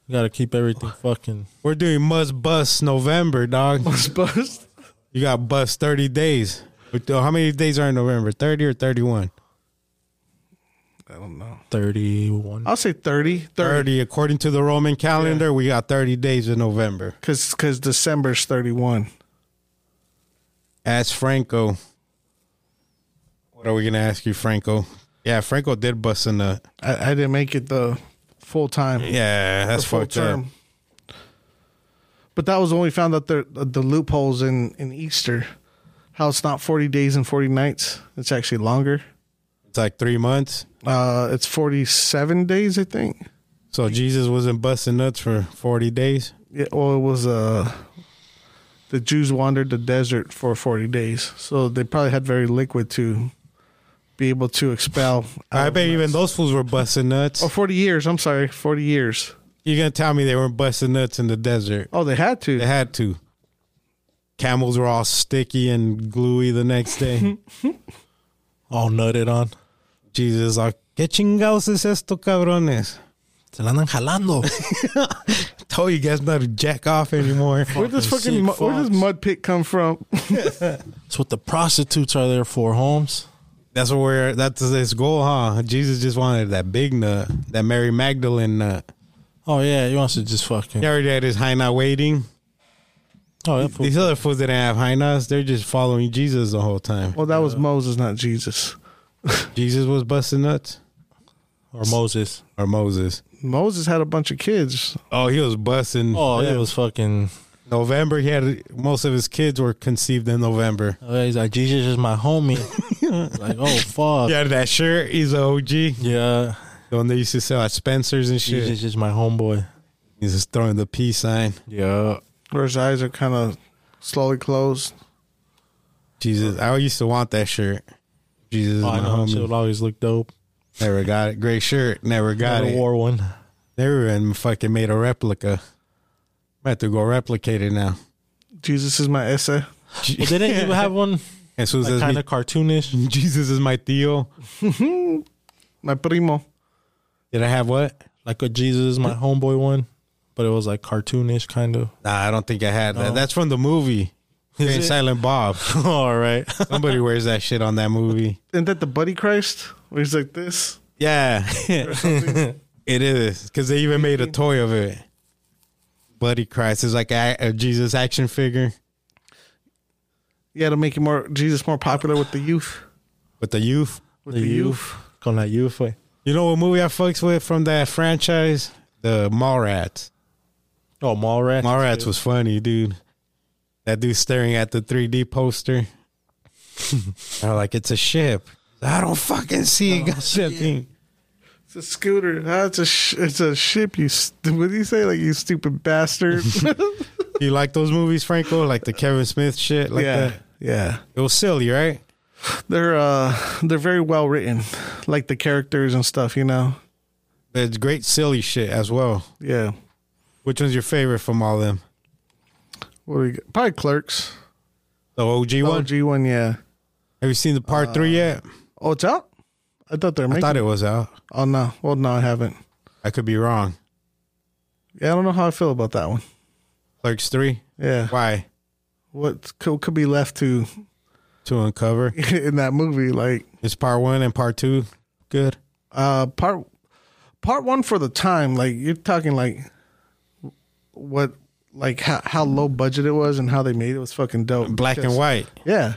B: you gotta keep everything fucking.
C: We're doing must bus November, dog.
D: was bust
C: You got bus 30 days. But, uh, How many days are in November? 30 or 31?
D: I don't know.
B: Thirty-one.
D: I'll say 30, 30,
C: 30 according to the Roman calendar, we got 30 days in November.
D: because because December's thirty one.
C: Ask Franco. What are we going to ask you, Franco? Yeah, Franco did bust in the.
D: I, I didn't make it the full time.
C: Yeah, that's
D: the full
C: fucked up.
D: term. But that was when we found out the the loopholes in in Easter, how it's not forty days and forty nights. It's actually longer.
C: It's like three months.
D: Uh, it's forty seven days, I think.
C: So Jesus wasn't busting nuts for 40 days.
D: Yeah, well, it was uh, the Jews wandered the desert for forty days, so they probably had very liquid to be able to expel.
C: I bet even those fools were busting nuts.
D: Oh, 40 years. I'm sorry, forty years.
C: You're going to tell me they weren't busting nuts in the desert.
D: Oh, they had to.
C: They had to. Camels were all sticky and gluey the next day.
B: all nutted on.
C: Jesus, like, ¿qué chingados es esto, cabrones?
B: Se la andan jalando.
C: Told you guys not to jack off anymore.
D: where does
B: fucking
D: fucking
B: sick
D: mu- where does
B: fucks.
D: mud pit come from?
B: That's what the prostitutes are there for, Holmes.
C: That's what we're. That's his goal, huh? Jesus just wanted that big nut, that Mary Magdalene nut.
B: Oh yeah, he wants to just fucking.
C: He already had his hyena waiting.
B: Oh, that fool-
C: These other fools didn't have hyenas. They're just following Jesus the whole time.
D: Well, Oh, that was Moses, not Jesus.
C: Jesus was busting nuts,
B: or Moses.
C: or Moses.
D: Moses had a bunch of kids.
C: Oh, he was busting.
B: Oh, it was fucking.
C: November. He had most of his kids were conceived in November.
B: Oh, he's like Jesus is my homie. like oh fuck.
C: He had that shirt. He's a OG. The
B: Yeah.
C: one they used to sell at Spencer's and shit.
B: Jesus is my homeboy. Oh,
C: He's just throwing the peace sign.
B: Yeah.
D: where his eyes are kind of slowly closed.
C: Jesus, I used to want that shirt. Jesus, is
B: Oh,
C: my
B: I know. She
C: homie.
B: would always look dope.
C: Never got it. Great shirt. Never got
B: Never
C: it.
B: wore one.
C: Never even fucking made a replica. I have to go replicate it now.
D: Jesus is my essay.
B: Well, didn't you have one
C: And so
B: like,
C: says
B: kind
C: me,
B: of cartoonish?
C: Jesus is my Theo.
D: My primo.
C: Did I have what?
B: Like a Jesus is my homeboy one, but it was like cartoonish kind of.
C: Nah, I don't think I had
B: No.
C: that. That's from the movie. Ain't
B: it?
C: Silent Bob.
B: All right.
C: Somebody wears that shit on that movie.
D: Isn't that the Buddy Christ? Where he's like this.
C: Yeah. it is. Because they even made a toy of it. Bloody Christ. It's like a, a Jesus action figure
D: Yeah, to make him more Jesus more popular with the youth.
C: with the youth.
D: With the, youth.
B: Con la youth. way.
C: You know what movie I fucks with from that franchise? The Mallrats.
B: Oh, Mallrats.
C: Mallrats was funny, dude. That dude staring at the 3D poster. They're like, it's a ship. I don't fucking see a ship.
D: It's a scooter. Ah, it's a sh- it's a ship. You st- what do you say? Like you stupid bastard.
C: You like those movies, Franco? Like the Kevin Smith shit, like
D: yeah,
C: that.
D: yeah.
C: It was silly, right?
D: They're uh they're very well written, like the characters and stuff. You know.
C: But it's great silly shit as well.
D: Yeah.
C: Which one's your favorite from all them?
D: What do we got? Probably Clerks.
C: The OG one.
D: OG one. Yeah.
C: Have you seen the part three yet?
D: Oh, it's out. I thought they were
C: I
D: making.
C: thought it was out.
D: oh no. Well, no, I haven't.
C: I could be wrong.
D: Yeah, I don't know how I feel about that one.
C: Clerks three.
D: Yeah.
C: Why?
D: What could, could be left to
C: To uncover.
D: in that movie? Like
C: It's part one and part two. Good.
D: uh part part one for the time. Like you're talking like what like how how low budget it was and how they made it was fucking dope.
C: Black and
D: Because-
C: white.
D: Yeah.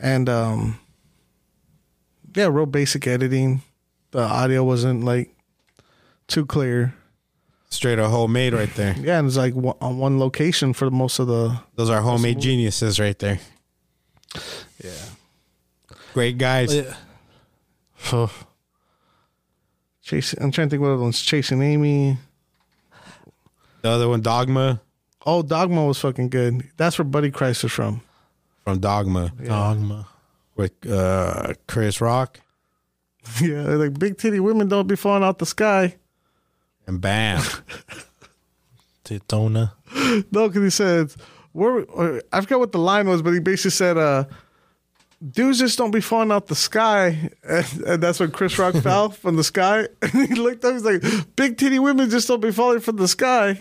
D: And um yeah, real basic editing. The audio wasn't like too clear.
C: Straight a homemade right there.
D: Yeah, and it's like one- on one location for most of the
C: Those are homemade geniuses right there.
D: yeah.
C: Great guys.
B: Yeah. Oh,
D: Chasing I'm trying to think what other ones. Chasing Amy.
C: The other one, Dogma,
D: Oh, Dogma was fucking good. That's where Buddy Christ is from.
C: from Dogma
B: Dogma.
C: with uh, Chris Rock
D: yeah, they're like big titty women don't be falling out the sky.
C: and Bam.
B: Titona.
D: No, because he said, "Where?" Or, I forgot what the line was, but he basically said, "Uh, dudes just don't be falling out the sky," and, and that's when Chris Rock fell from the sky. And he looked up, he's like, "Big titty women just don't be falling from the sky."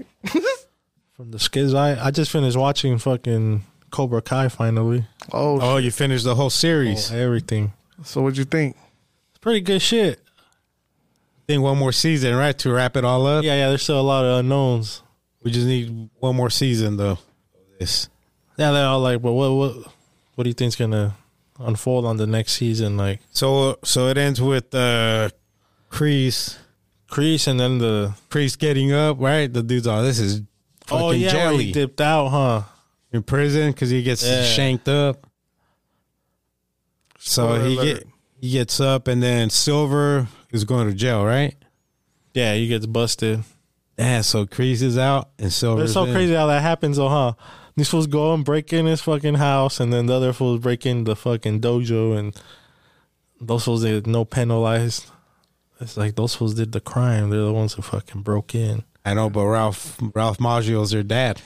B: From the skiz. I, I just finished watching fucking Cobra Kai finally.
D: Oh,
C: oh, you finished the whole series.
B: Everything.
D: so what'd you think?
B: It's pretty good shit.
C: think one more season, right, to wrap it all up.
B: Yeah, yeah. There's still a lot of unknowns.
C: We just need one more season though. of This
B: Yeah, they're all like, but what what what do you think's gonna unfold on the next season? Like
C: so so it ends with uh Crease
B: Crease and then the
C: Crease getting up, right? The dude's all this is fucking
B: oh yeah, where
C: jelly
B: he dipped out, huh?
C: in prison because he gets
B: Yeah.
C: shanked up. So
D: Spoiler
C: he
D: alert.
C: get he gets up and then Silver is going to jail, right?
B: Yeah, he gets busted.
C: Yeah, so Crease is out and Silver.
B: It's so crazy how that happens, though, huh? These fools go and break in his fucking house, and then the other fools break in the fucking dojo, and those fools they no penalized. It's like those fools did the crime. They're the ones who fucking broke in.
C: I know, but Ralph Ralph Maggio's their dad.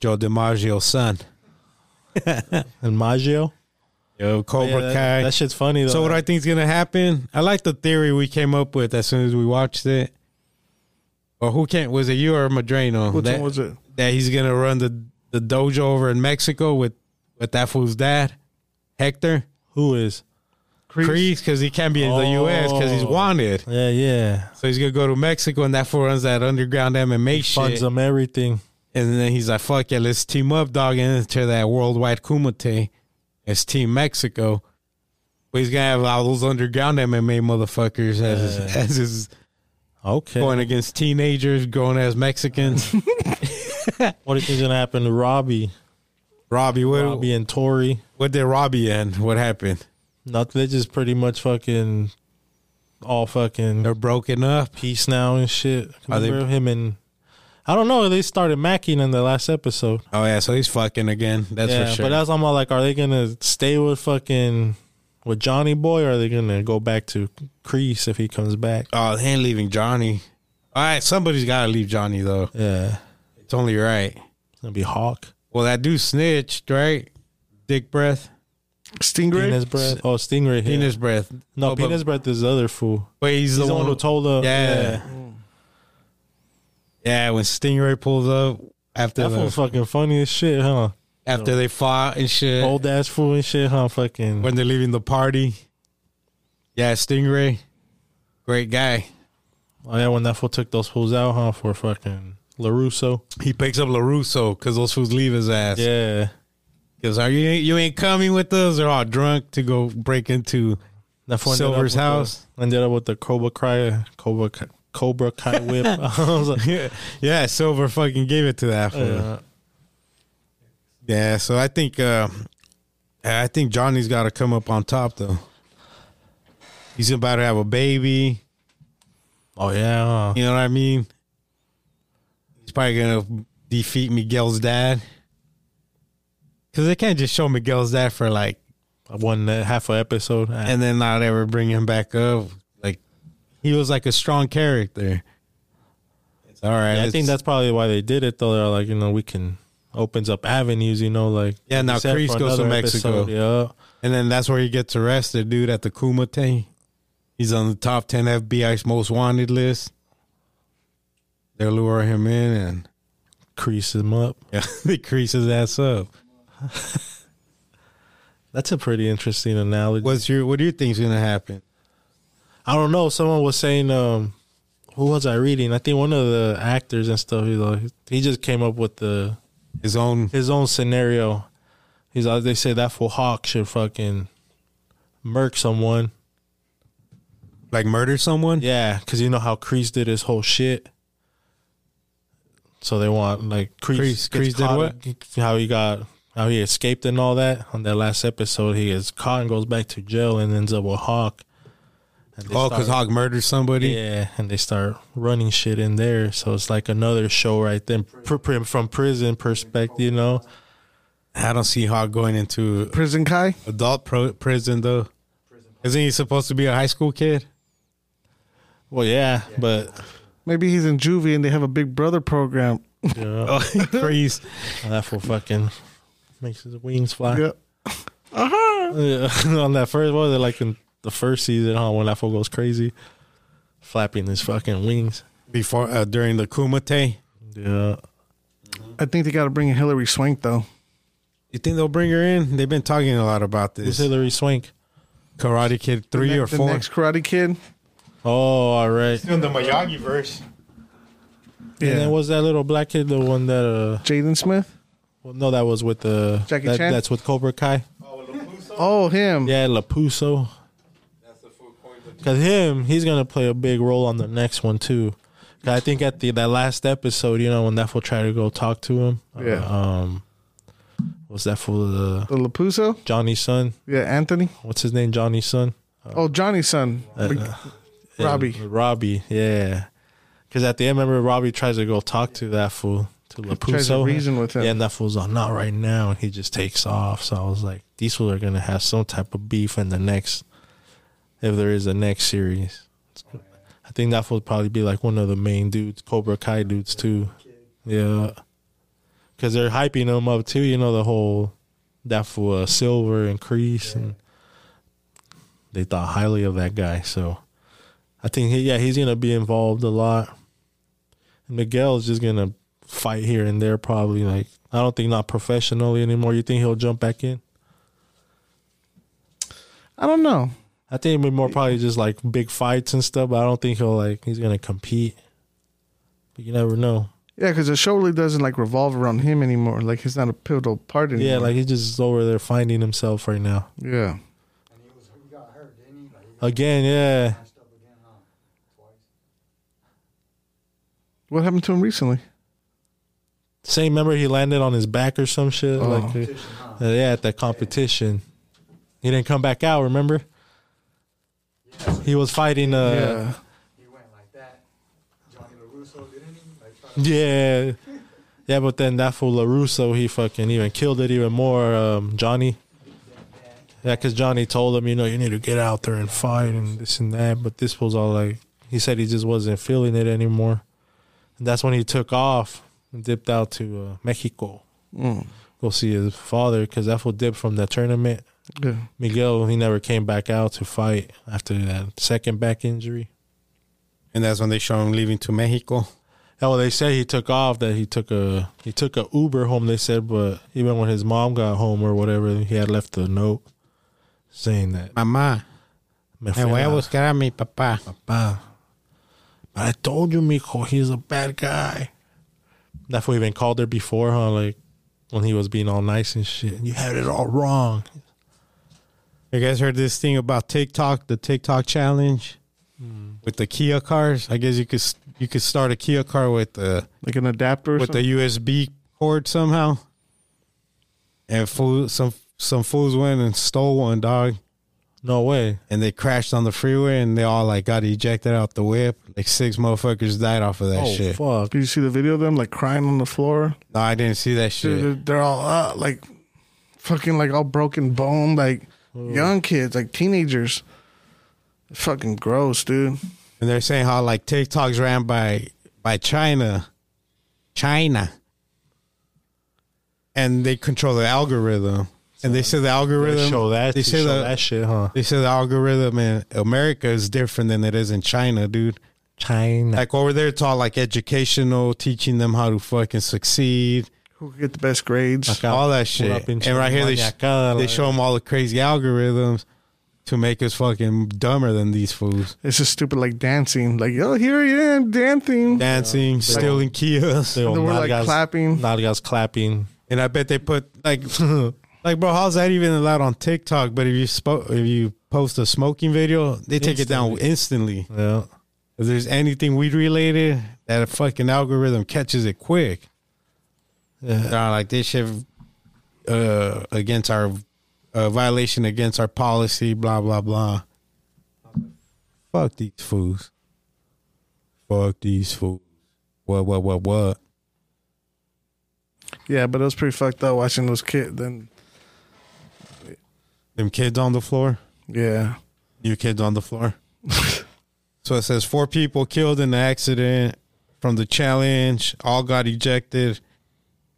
C: Joe DiMaggio's son.
B: And Maggio,
C: Yo, Cobra
B: Yeah, that,
C: Kai.
B: that shit's funny though.
C: so what I think is gonna happen? I like the theory we came up with as soon as we watched it. Or who can't? Was it you or Madreno?
D: Which
C: that,
D: one was it?
C: that he's gonna run the the dojo over in Mexico with with that fool's dad, Hector
B: who is?
C: Crease, because he can't be in the U.S. because he's
B: Oh.
C: wanted.
B: Yeah, yeah.
C: So he's gonna go to Mexico, and that fool runs that underground MMA
B: Funds
C: shit.
B: them everything.
C: And then he's like, "Fuck yeah, let's team up, dog, and enter that worldwide kumite as Team Mexico." But he's gonna have all those underground MMA motherfuckers as his, as his
B: Okay.
C: going against teenagers, grown as Mexicans.
B: What do you think's gonna happen to Robbie?
C: Robbie, what,
B: Robbie and Tori.
C: what did Robbie end? What happened?
B: Nothing. They just pretty much fucking all fucking
C: They're broken up.
B: peace now and shit.
C: Are they-
B: Remember him and I don't know. They started macking in the last episode.
C: Oh yeah, so he's fucking again. That's
B: yeah,
C: for sure.
B: but uh, that's I'm all like, are they gonna stay with fucking with Johnny Boy, or are they gonna go back to Crease if he comes back?
C: oh, they ain't leaving Johnny. All right, somebody's got to leave Johnny though.
B: Yeah,
C: It's only right.
B: it's gonna be Hawk
C: Well, that dude snitched, right? Dick breath,
D: Stingray.
B: penis breath. Oh, Stingray. yeah.
C: penis breath.
B: No,
C: Oh, but-
B: penis breath is the other fool.
C: But he's,
B: He's the, one who told her.
C: Yeah.
B: yeah.
C: Yeah, when Stingray pulls up after
B: That
C: the-
B: fool's fucking funny as shit, huh?
C: after they fought and shit,
B: Old ass fool and shit, huh? Fucking.
C: when they're leaving the party. Yeah, Stingray, great guy.
B: Oh yeah, when that fool took those fools out, huh? For fucking Larusso.
C: He picks up Larusso because those fools leave his ass.
B: Yeah.
C: Because are you you ain't coming with us? They're all drunk to go break into
B: That fool ended up
C: Silver's
B: with the-
C: house.
B: ended up with the Cobra Kai, Cobra Kai, Cobra Kai whip. I was like,
C: yeah, yeah, Silver fucking gave it to that. fool.
B: uh,
C: Yeah, so I think uh, I think Johnny's got to come up on top though. He's about to have a baby.
B: oh yeah, huh?
C: You know what I mean? He's probably gonna defeat Miguel's dad because they can't just show Miguel's dad for like
B: one uh, half a episode. And
C: and then not ever bring him back up. Like he was like a strong character. It's all right.
B: I think
C: let's-
B: that's probably why they did it though. They're like, you know, we can opens up avenues. You know, like
C: Yeah, now
B: except
C: Kreese
B: for
C: goes to
B: another
C: Mexico.
B: yeah,
C: And then that's where he gets arrested, dude, at the Kumite. He's on the top 10 FBI's most wanted list. They lure him in and
B: crease him up.
C: yeah, they crease his ass up.
B: That's a pretty interesting analogy.
C: What's your what do you think's gonna happen?
B: I don't know. Someone was saying, um, who was I reading? I think one of the actors and stuff. He like he just came up with the
C: His own
B: his own scenario. He's like they say that for Hawk should fucking murk someone.
C: like murder someone?
B: Yeah, because you know how Crease did his whole shit. So they want like
C: Kreese-
B: Crease.
C: Kreese did
B: How he got, how he escaped and all that. On that last episode, he is caught and goes back to jail and ends up with Hawk. And they
C: Oh, because
B: start-
C: Hawk murdered somebody?
B: Yeah, and they start running shit in there. So it's like another show right then, pr- pr- from prison perspective, you know.
C: I don't see Hawk going into
D: Prison Kai.
C: adult pro- prison though. Isn't he supposed to be a high school kid?
B: Well, yeah, but
D: Maybe he's in juvie and they have a big brother program.
B: you know,
C: Oh, Crease.
B: that fool fucking makes his wings fly.
C: Uh-huh.
D: Yep.
B: Yeah, on that first what was it like in the first season, huh? When that fool goes crazy, flapping his fucking wings.
C: Before uh, during the Kumite.
B: Yeah,
D: I think they got to bring in Hillary Swank though.
C: You think they'll bring her in? They've been talking a lot about this.
B: who's Hillary Swank?
C: Karate Kid three
D: Ne-
C: or
D: the
C: four.
D: next Karate Kid.
B: Oh, all right.
C: Doing the Miyagi verse.
B: And then
D: Yeah.
B: was that little black kid the one that? uh
D: Jaden Smith.
B: well, No, that was with the
D: Jackie
B: that,
D: Chan?
B: That's with Cobra Kai.
D: Oh, him.
B: Yeah, Lapuso. Cause him, he's gonna play a big role on the next one too. 'Cause I think at the that last episode, you know, when that fool tried to go talk to him,
D: Yeah.
C: Uh-huh.
B: uh, um, was that fool the
D: The Lapuso.
B: Johnny's son?
D: Yeah, Anthony.
B: What's his name? Johnny's son.
D: Oh, Johnny's son.
B: Uh, Yeah,
D: Robbie.
B: Robbie, yeah. Because at the end, remember Robbie tries to go talk to that fool to Lapuso.
D: tries to reason with him.
B: Yeah, and that fool's like, "Not right now," and he just takes off. So I was like, "These fools are gonna have some type of beef in the next, if there is a next series." I think that fool would probably be like one of the main dudes, Cobra Kai dudes too. Yeah, because they're hyping him up too. You know the whole that fool uh, Silver and Crease, and they thought highly of that guy. So I think he, yeah, he's gonna be involved a lot. And Miguel's just gonna fight here and there, probably. Like I don't think not professionally anymore. You think he'll jump back in?
D: I don't know.
B: I think it'd be more probably just like big fights and stuff. But I don't think he'll like he's gonna compete. But you never know.
D: Yeah, because the show really doesn't like revolve around him anymore. Like he's not a pivotal part anymore.
B: Yeah, like he's just over there finding himself right now.
D: yeah.
E: And he was, he got hurt, didn't he? Like, he got
B: Again, yeah.
E: messed up again, huh? Twice.
D: What happened to him recently?
B: Same member he landed on his back or some shit.
D: Oh.
B: Like uh,
E: Competition, huh?
B: yeah, at that competition. He didn't come back out, remember? He was fighting uh
D: yeah.
E: He went like that. Johnny LaRusso, didn't he? Like, tried to-
B: Yeah. Yeah, but then that fool LaRusso, he fucking even killed it even more, um, Johnny. Yeah, because Johnny told him, you know, you need to get out there and fight and this and that. But this was all like, he said he just wasn't feeling it anymore. And that's when he took off and dipped out to uh, Mexico.
D: Mm.
B: Go see his father because that fool dipped from the tournament.
D: Yeah.
B: Miguel, he never came back out to fight after that second back injury.
C: And that's when they show him leaving to Mexico.
B: Oh, well, they say he took off. That he took a he took a Uber home. They said, but even when his mom got home or whatever, he had left a note saying that.
C: Mamá, me
B: "Me fui
C: voy a
B: a la
C: buscar a mi papá.
B: pa." But I told you, Mijo, he's a bad guy. That's what we even called her before, huh? Like when he was being all nice and shit. You had it all wrong.
C: You guys heard this thing about TikTok, the TikTok challenge with the Kia cars? I guess you could s- you could start a Kia car with the
D: Like an adapter or
C: with
D: something.
C: the USB cord somehow. And fool, some some fools went and stole one dog,
B: No way.
C: and they crashed on the freeway, and they all like got ejected out the whip. Like six motherfuckers died off of that
B: oh
C: shit.
B: fuck.
D: Did you see the video of them like crying on the floor?
C: No, I didn't see that shit.
D: Dude, they're, they're all uh, like fucking like all broken bone, like young kids, like teenagers. Fucking gross, dude.
C: And they're saying how like TikToks ran by by China, China, and they control the algorithm. And they say the algorithm.
B: They show that.
C: They
B: They
C: say
B: show
C: the
B: that shit, huh?
C: they say the algorithm in America is different than it is in China, dude.
B: China.
C: Like over there, it's all like educational, teaching them how to fucking succeed,
D: Who could get the best grades?
B: Acá,
C: all that
B: pull up
C: shit.
B: in
C: And right here, they sh-
B: China,
C: they
B: like-
C: show them all the crazy algorithms to make us fucking dumber than these fools.
D: It's just stupid, like dancing. Like, oh, here I am dancing.
C: Dancing, stealing kiosks.
B: They were
D: They were, like, clapping.
B: Nalgas clapping.
C: And I bet they put like, like, bro, how's that even allowed on TikTok? But if you spoke, if you post a smoking video, they take it down instantly.
B: Yeah.
C: If there's anything weed related, that fucking algorithm catches it quick. They're all like this shit uh, against our uh, violation against our policy, blah blah blah. Fuck these fools. Fuck these fools. What what what what?
D: Yeah, but it was pretty fucked up watching those kids. Then,
C: Them kids on the floor.
D: yeah.
C: Your kids on the floor. so it says four people killed in the accident from the challenge. All got ejected.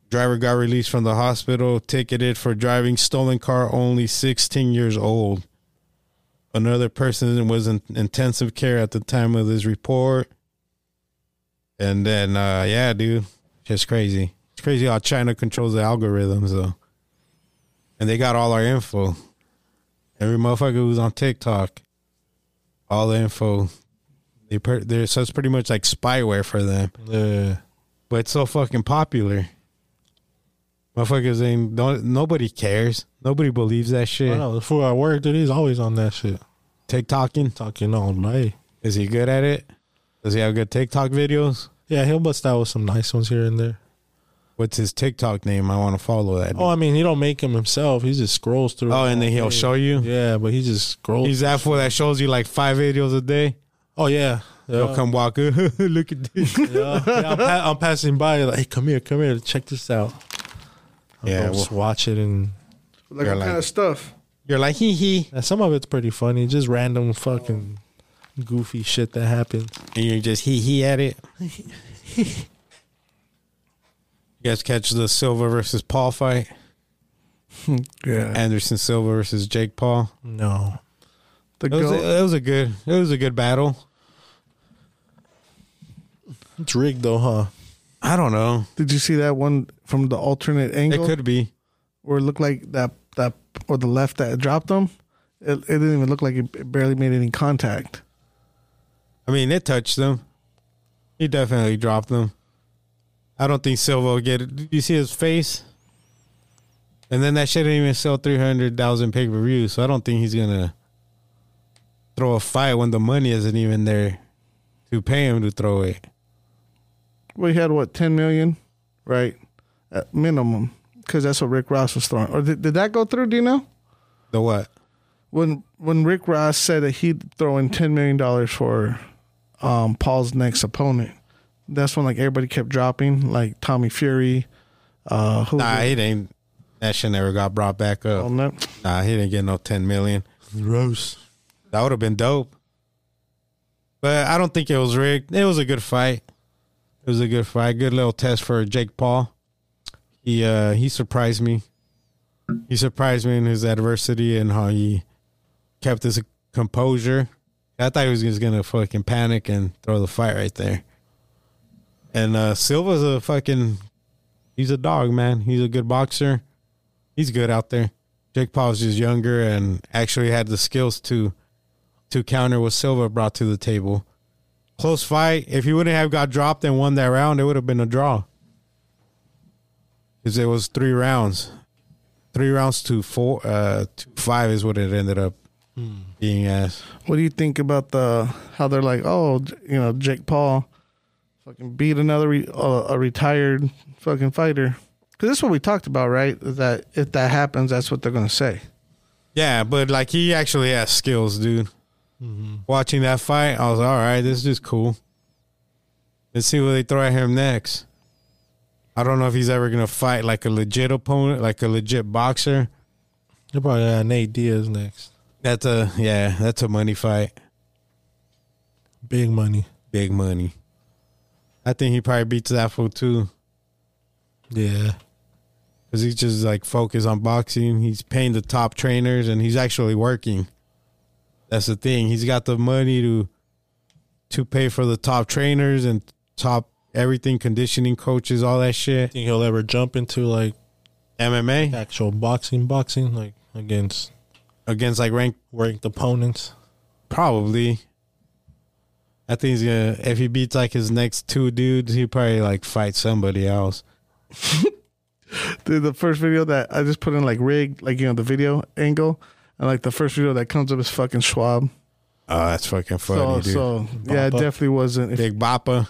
C: Driver got released from the hospital, ticketed for driving stolen car, only 16 years old. Another person was in intensive care at the time of this report. And then, uh, yeah, dude, just crazy. It's crazy how China controls the algorithms, though. And they got all our info. Every motherfucker who's on TikTok, all the info They per- they're, so it's pretty much like spyware for them,
B: Yeah.
C: but it's so fucking popular. Motherfuckers ain't don't, nobody cares. Nobody believes that
B: I
C: shit.
B: don't know. The fool at work, dude, he's always on that shit.
C: TikToking
B: Talking all day.
C: is he good at it? Does he have good TikTok videos?
B: Yeah, he'll bust out with some nice ones here and there.
C: What's his TikTok name? I want to follow that.
B: Oh,
C: Oh,
B: I mean, he don't make him himself. He just scrolls through. it
C: and then
B: all
C: he'll
B: day.
C: show you.
B: Yeah, but he just scrolls.
C: He's that fool that shows you like five videos a day.
B: oh yeah.
C: He'll
B: Yeah.
C: come walk. Look at this.
B: Yeah, yeah, I'm, pa- I'm passing by. Like, hey, come here, come here, check this out. I'll
C: Yeah,
B: go
C: well-
B: just watch it, and
D: Like
C: You're
D: what
C: like-
D: kind of stuff?
C: You're like hee hee,
B: and some of it's pretty funny. Just random fucking goofy shit that happens.
C: and you're just hee hee at it. you guys catch the Silva versus Paul fight?
D: Yeah,
C: Anderson Silva versus Jake Paul.
B: No,
D: the
C: It was,
D: goat.
C: a, it was a good. It was a good battle.
B: it's rigged though, huh?
C: I don't know.
D: Did you see that one from the alternate
C: It
D: angle?
C: could be.
D: where it looked like that that or the left that dropped him. It, it didn't even look like it, it barely made any contact.
C: I mean, it touched them. He definitely dropped them. I don't think Silva will get it. Did you see his face? And then that shit didn't even sell 300,000 pay per view, so I don't think he's going to throw a fight when the money isn't even there to pay him to throw it.
D: We had what ten million, right? At minimum, because that's what Rick Ross was throwing. Or did, did that go through? Do you know
C: The what?
D: when when Rick Ross said that he'd throw in ten million dollars for um, Paul's next opponent? That's when like everybody kept dropping, like Tommy Fury. Uh, who
C: Nah, he didn't. That shit never got brought back up.
D: on that?
C: Nah, he didn't get no 10 million.
B: Gross.
C: That would have been dope. But I don't think it was rigged. It was a good fight. It was a good fight. Good little test for Jake Paul. He uh he surprised me. He surprised me in his adversity and how he kept his composure. I thought he was just gonna fucking panic and throw the fight right there. And uh Silva's a fucking he's a dog, man. He's a good boxer. He's good out there. Jake Paul's just younger and actually had the skills to to counter what Silva brought to the table. Close fight. If he wouldn't have got dropped and won that round, it would have been a draw. Because it was three rounds. Three rounds to four uh to five is what it ended up being as.
D: What do you think about the how they're like, oh, j- you know, Jake Paul fucking beat another re, uh, a retired fucking fighter? Because that's what we talked about, right? That if that happens, that's what they're gonna say.
C: Yeah, but like he actually has skills, dude. Watching that fight, I was all right. This is cool. Let's see what they throw at him next. I don't know if he's ever gonna fight like a legit opponent, like a legit boxer.
B: They probably got Nate Diaz next.
C: That's a yeah, that's a money fight,
B: Big money.
C: big money. I think he probably beats that fool too,
B: Yeah.
C: cause he's just like focused on boxing. He's paying the top trainers, and he's actually working. That's the thing. He's got the money to to pay for the top trainers and top everything, conditioning coaches, all that shit.
B: Think he'll ever jump into like
C: MMA
B: actual boxing, boxing, like against
C: against like ranked
B: ranked opponents?
C: Probably. I think he's gonna if he beats like his next two dudes, he probably like fight somebody else.
D: The, the first video that I just put in like rig, like you know, the video angle, and like the first video that comes up is fucking Schwab.
C: Oh, that's fucking
D: so,
C: funny, dude.
D: so yeah, it
B: Bop up.
D: definitely wasn't. If,
C: Big Boppa.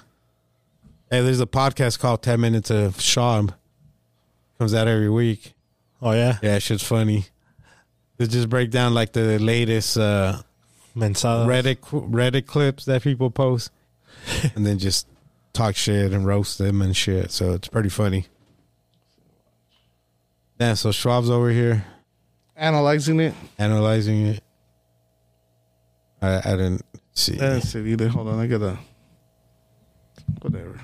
C: Hey, there's a podcast called 10 Minutes of Shaw. Comes out every week.
B: Oh yeah,
C: Yeah, shit's funny. They just break down like the latest uh,
B: Mensah.
C: Reddit Reddit clips that people post, and then just talk shit and roast them and shit. So it's pretty funny. Yeah, so Schwab's over here
D: analyzing it,
C: analyzing it. I, I didn't see.
D: I didn't see it either. Hold on, I gotta. Whatever.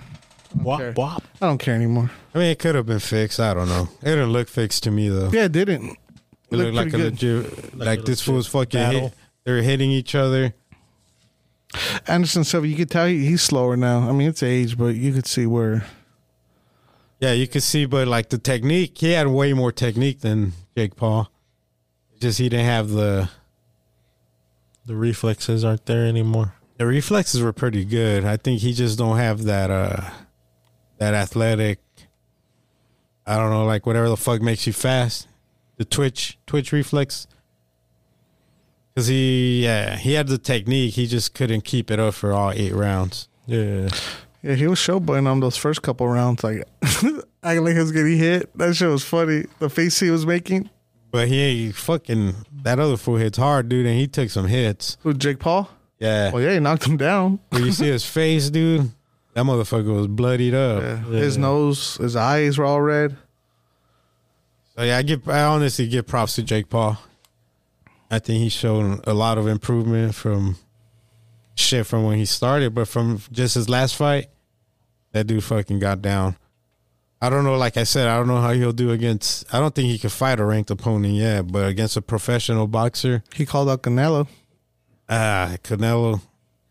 B: Wop wop.
D: I don't care anymore.
C: I mean, it could have been fixed. I don't know. It didn't look fixed to me though.
D: Yeah, it didn't.
C: It looked like a
D: pretty
C: legit, like,
B: a
C: this fool's fucking hit.
B: battle.
C: They're hitting each other.
D: Anderson Silva, you could tell he, he's slower now. I mean, it's age, but you could see where.
C: Yeah, you could see, but like the technique, he had way more technique than Jake Paul. Just he didn't have the
B: The reflexes aren't there anymore.
C: The reflexes were pretty good. I think he just don't have that uh that athletic I don't know, like whatever the fuck makes you fast. The twitch twitch reflex. Cause he yeah, he had the technique, he just couldn't keep it up for all eight rounds.
B: Yeah.
D: Yeah, he was showboating on those first couple rounds, like acting like he was getting hit. That shit was funny. The face he was making.
C: But he ain't fucking that other fool hits hard, dude, and he took some hits.
D: Who Jake Paul?
C: Yeah.
D: Well, yeah, he knocked him down.
C: When you see his face, dude, that motherfucker was bloodied up.
D: Yeah. His nose, his eyes were all red.
C: So yeah, I give I honestly give props to Jake Paul. I think he showed a lot of improvement from shit from when he started, but from just his last fight, that dude fucking got down. I don't know, like I said, I don't know how he'll do against I don't think he can fight a ranked opponent yet, but against a professional boxer,
D: He called out Canelo.
C: ah, Canelo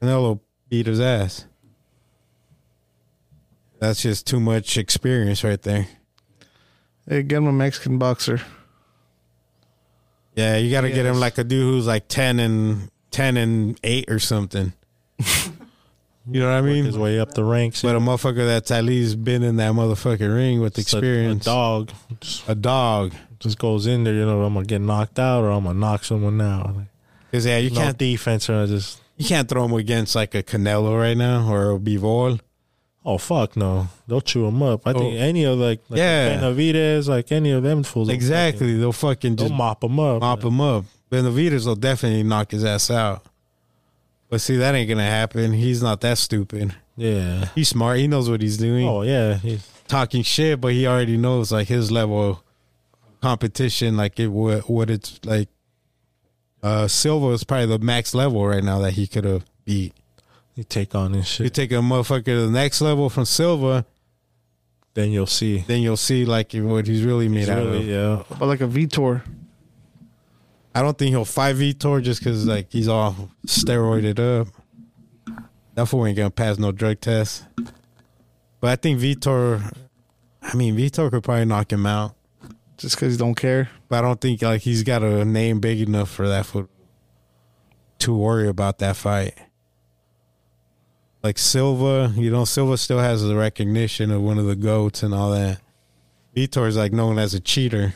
C: Canelo beat his ass. That's just too much experience right there.
D: Hey, get him a Mexican boxer.
C: Yeah, you got to get him
D: Yes.
C: like a dude who's like ten and ten and eight or something. you know what I
B: His
C: mean?
B: way up the ranks.
C: But a motherfucker that's at least been in that motherfucking ring with
B: It's a-
C: experience,
B: A, dog just,
C: a dog.
B: just goes in there, you know, I'm going to get knocked out or I'm going to knock someone out. Like,
C: Cause yeah, you
B: no
C: can't
B: defense or just,
C: you can't throw him against like a Canelo right now or a Bivol.
B: oh, fuck no. They'll chew him up. I think
C: Oh.
B: any of like, like
C: Yeah.
B: Benavidez, like any of them fools. will
C: Exactly, they'll fucking
B: fucking-
C: just
B: They'll mop him up.
C: mop him up. Benavides will definitely knock his ass out. But see, that ain't gonna happen. He's not that stupid.
B: Yeah.
C: He's smart. He knows what he's doing.
B: Oh, yeah. He's,
C: talking shit, but he already knows like his level of competition, like it what, what it's like. Uh, Silva is probably the max level right now that he could have beat.
B: you take on this
C: You
B: shit.
C: take a motherfucker to the next level from Silva,
B: Then you'll see.
C: then you'll see like what he's really made
B: It's
C: out
B: really-
C: of.
B: yeah.
D: But like a Vitor.
C: I don't think he'll fight Vitor just because like he's all steroided up. That fool ain't gonna pass no drug test. But I think Vitor, I mean Vitor could probably knock him out.
D: Just because he don't care.
C: But I don't think like he's got a name big enough for that foot to worry about that fight. Like Silva, you know, Silva still has the recognition of one of the goats and all that. Vitor is like known as a cheater.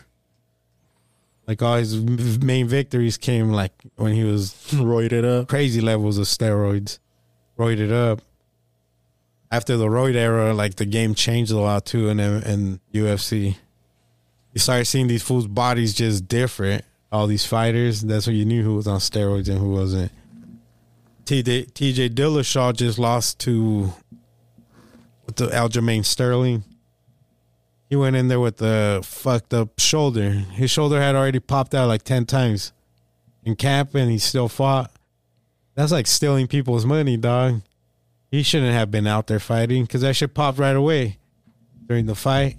C: Like all his m- main victories came like when he was
B: Roided up.
C: crazy levels of steroids, roided up. After the roid era, like the game changed a lot too in in UFC. You started seeing these fools' bodies just different. All these fighters, that's when you knew who was on steroids and who wasn't. TJ TJ Dillashaw just lost to with the Aljamain Sterling. He went in there with a fucked up shoulder. His shoulder had already popped out like ten times in camp, and he still fought. That's like stealing people's money, dog. He shouldn't have been out there fighting because that shit popped right away during the fight.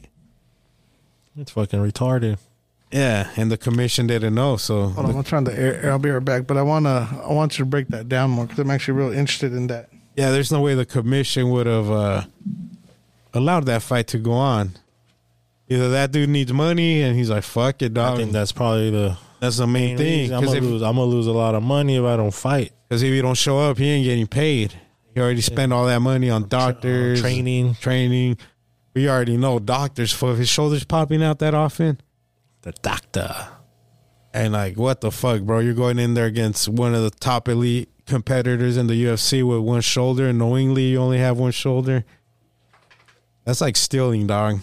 B: It's fucking retarded.
C: Yeah, and the commission didn't know.
D: Hold on,
C: So
D: I'm trying to air. air- I'll be right back. But I wanna, I want you to break that down more because I'm actually real interested in that.
C: yeah, there's no way the commission would have uh, allowed that fight to go on. Either that dude needs money and he's like, "Fuck it,
B: I
C: dog."
B: think that's probably the
C: that's the Um, main thing.
B: I'm
C: Because
B: gonna
C: if,
B: lose. I'm gonna lose a lot of money if I don't fight.
C: 'cause if you don't show up, he ain't getting paid. He already spent all that money on doctors,
B: Uh, Training
C: training. We already know doctors for his shoulders popping out that often.
B: the doctor.
C: And like, what the fuck, bro? You're going in there against one of the top elite competitors in the UFC with one shoulder, and knowingly you only have one shoulder. That's like stealing, dog.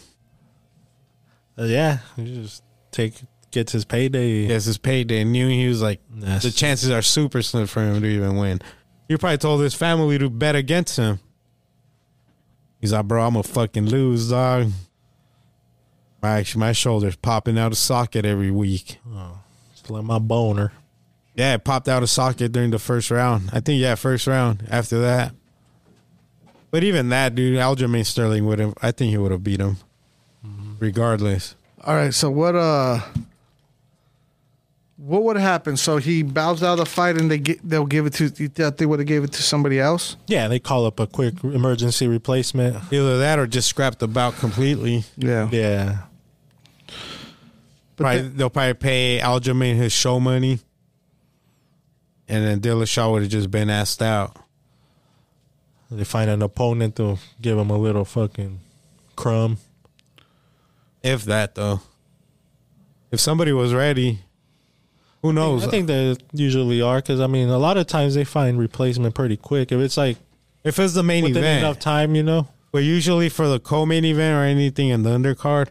B: Uh, yeah, he just take gets his payday.
C: Yes, his payday. And knew he was like,
B: That's-
C: the chances are super slim for him to even win. He probably told his family to bet against him. He's like, bro, I'm gonna fucking lose, dog. My my shoulder's popping out of socket every week.
B: Just let my boner.
C: Yeah, it popped out of socket during the first round. I think yeah, first round. After that, but even that dude, Aljamain Sterling would have. I think he would have beat him,
B: Mm-hmm.
C: regardless.
D: All right. So what? Uh, what would happen? So he bows out of the fight, and they get, they'll give it to. You thought they would have gave it to somebody else?
B: Yeah, they call up a quick emergency replacement.
C: Either that or just scrap the bout completely.
D: Yeah.
B: Yeah,
C: Probably, they'll probably pay Aljamain his show money, and then Dillashaw would have just been asked out.
B: They find an opponent to give him a little fucking crumb.
C: If that though, if somebody was ready, who knows?
B: I think they usually are because I mean a lot of times they find replacement pretty quick. If it's like
C: if it's the main
B: within
C: event,
B: enough time, you know.
C: but usually for the co-main event or anything in the undercard,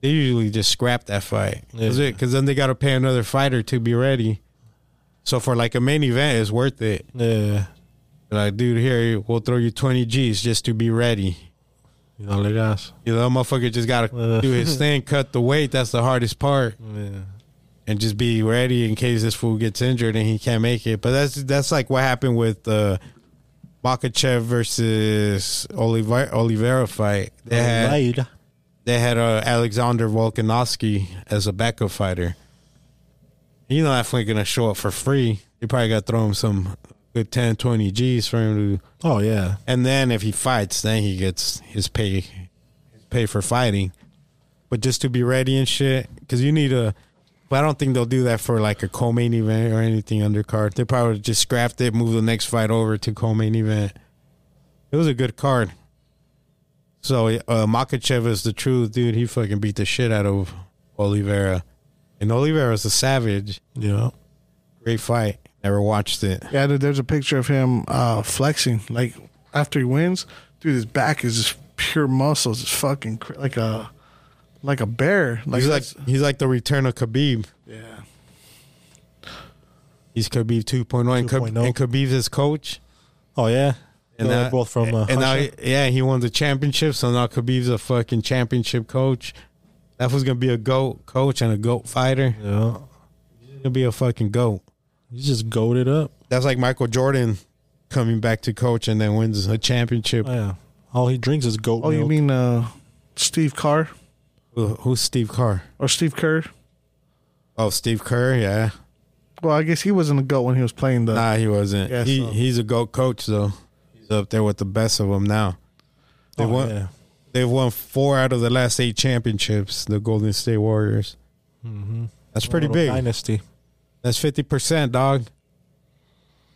C: they usually just scrap that fight because
B: Yeah.
C: then they got to pay another fighter to be ready. So for like a main event, it's worth it.
B: Yeah,
C: Like, dude, here we'll throw you twenty G's just to be ready.
B: you know, like us.
C: You know, that motherfucker just gotta
B: Uh.
C: do his thing, cut the weight. That's the hardest part,
B: Yeah,
C: and just be ready in case this fool gets injured and he can't make it. But that's that's like what happened with uh, Makachev versus Oliver, Oliveira fight. They had
B: Right.
C: they had uh, Alexander Volkanovski as a backup fighter. You know, definitely gonna show up for free. You probably got to throw him some good 10, 20 G's for him to.
B: Oh yeah,
C: And then if he fights, then he gets his pay, his pay for fighting. But just to be ready and shit, because you need a. But I don't think they'll do that for like a co-main event or anything undercard. They probably just scrapped it, move the next fight over to co-main event. It was a good card. So uh, Makachev is the truth, dude. He fucking beat the shit out of Oliveira, and Oliveira's a savage.
B: yeah.
C: Great fight. Never watched it.
D: Yeah, there- there's a picture of him uh, flexing. Like after he wins, dude, his back is just pure muscles. It's fucking cr- like a like a bear. Like,
C: He's like
D: that's-
C: he's like the return of Khabib.
D: yeah,
C: He's Khabib 2.0, and, Khab-
B: 2.0.
C: and Khabib's his coach.
B: Oh yeah,
C: And
B: oh. They're
C: now-
B: both from uh,
C: and now,
B: Russia?
C: yeah, he won the championship. So now Khabib's a fucking championship coach. That was gonna be a goat coach and a goat fighter.
B: yeah.
C: He's gonna be a fucking goat.
B: He's just goaded up.
C: That's like Michael Jordan coming back to coach and then wins a championship.
B: Oh, yeah, all he drinks is goat.
D: Oh, you
B: milk.
D: mean uh, Steve Carr
C: Who- Who's Steve Kerr?
D: or Steve Kerr?
C: Oh, Steve Kerr. Yeah.
D: Well, I guess he wasn't a goat when he was playing the.
C: Nah, he wasn't.
D: Yeah,
C: he
B: uh,
D: so-
C: he's a goat coach though. He's up there with the best of them now. They
B: Oh,
C: won.
B: yeah.
C: They've won four out of the last eight championships. The Golden State Warriors. That's pretty
B: Little
C: big.
B: dynasty.
C: That's fifty percent, dog.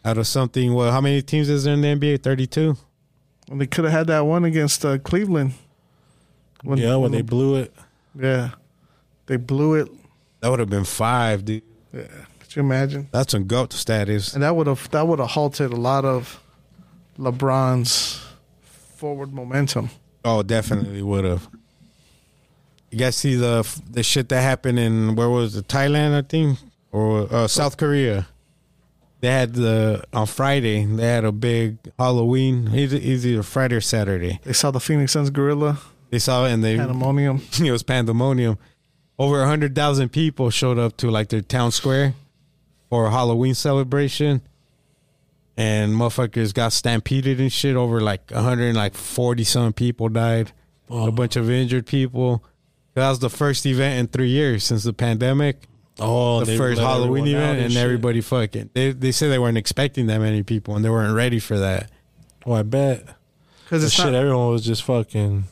C: Out of something. Well, how many teams is there in the NBA? Thirty-two.
D: and they could have had that one against uh, Cleveland. When,
B: yeah, when they blew it.
D: yeah, they blew it.
C: That would have been five, dude.
D: Yeah, could you imagine?
C: That's some goat status.
D: And that would have that would have halted a lot of LeBron's forward momentum.
C: Oh, definitely would have. You guys see the the shit that happened in where was it Thailand, I think, or uh, South Korea. They had the on Friday. They had a big Halloween. It's it's either Friday or Saturday.
D: They saw the Phoenix Suns gorilla
C: They saw it and they
D: pandemonium.
C: it was pandemonium. Over a hundred thousand people showed up to like their town square for a Halloween celebration, and motherfuckers got stampeded and shit. Over like a hundred and like forty some people died, a bunch of injured people. That was the first event in three years since the pandemic.
B: Oh,
C: The
B: they
C: first
B: let
C: Halloween
B: everyone out
C: event, and
B: shit.
C: everybody fucking. They they said they weren't expecting that many people, and they weren't ready for that.
B: Oh, I bet.
D: Because
B: The
D: it's
B: shit,
D: not
B: everyone was just fucking.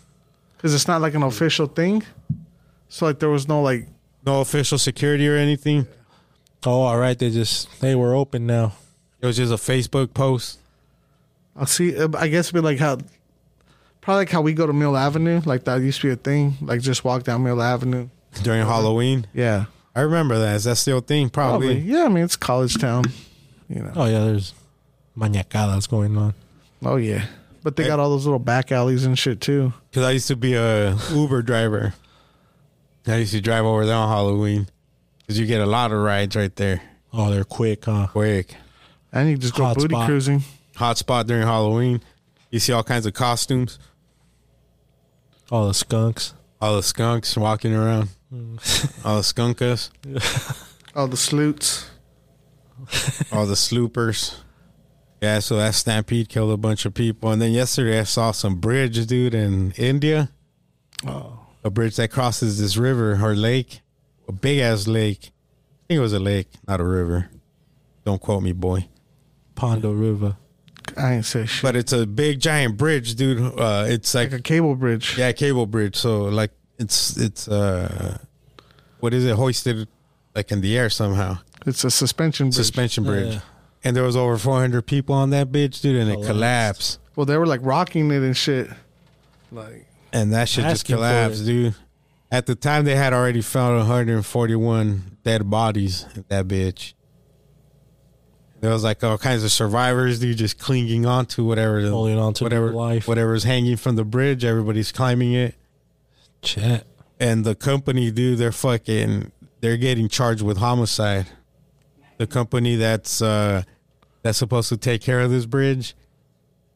D: because it's not like an official thing. So like there was no like
C: No official security or anything.
B: Oh, all right. They just they were open now.
C: It was just a Facebook post.
D: I'll see. uh, I guess it'd be like how probably like how we go to Mill Avenue. Like that used to be a thing. Like just walk down Mill Avenue.
C: During Halloween,
D: Yeah,
C: I remember that. Is that still a thing?
D: probably.
C: Probably.
D: Yeah, I mean it's college town. You know.
B: Oh yeah, there's mañacadas going on.
D: Oh yeah, but they got all those little back alleys and shit too.
C: Because I used to be a Uber driver. I used to drive over there on Halloween because you get a lot of rides right there.
B: Oh, they're quick, huh?
C: Quick
D: And you just go
B: Hot
D: booty
B: spot.
D: cruising.
C: hot spot during Halloween. You see all kinds of costumes,
B: All the skunks.
C: all the skunks walking around, all the skunkas,
D: All the sleuts.
C: all the sloopers. Yeah, so that stampede killed a bunch of people. And then yesterday I saw some bridge, dude, in India. A bridge that crosses this river or lake, a big ass lake. I think it was a lake, not a river. Don't quote me, boy.
B: Pondo River.
D: I ain't say shit.
C: but it's a big giant bridge, dude. Uh, it's like
D: Like a cable bridge.
C: yeah, cable bridge. So like it's it's uh, what is it hoisted like in the air somehow?
D: It's a suspension bridge.
C: Suspension bridge.
B: Yeah.
C: and there was over 400 people on that bitch, dude, and it
B: Collapsed.
C: collapsed.
D: Well, they were like rocking it and shit. Like
C: And that shit just
B: Asking for
C: collapsed,
B: it.
C: dude. At the time, they had already found 141 dead bodies in that bitch. There was like all kinds of survivors, dude, just clinging onto whatever,
B: Holding onto
C: whatever,
B: life.
C: whatever's hanging from the bridge. Everybody's climbing it.
B: Chat.
C: and the company dude they're fucking they're getting charged with homicide the company that's uh that's supposed to take care of this bridge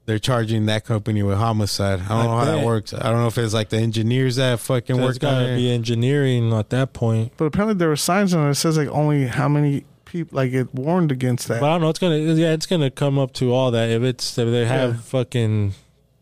C: they're charging that company with homicide i don't
B: I
C: know how that
B: bet.
C: works i don't know if it's like the engineers that fucking
B: There's
C: work on
B: gotta
C: it
B: be engineering at that point.
D: But apparently there were signs on it. It says like only how many people. Like it warned against that.
B: But I don't know. It's gonna yeah, it's gonna come up to all that if it's if they have
D: Yeah.
B: fucking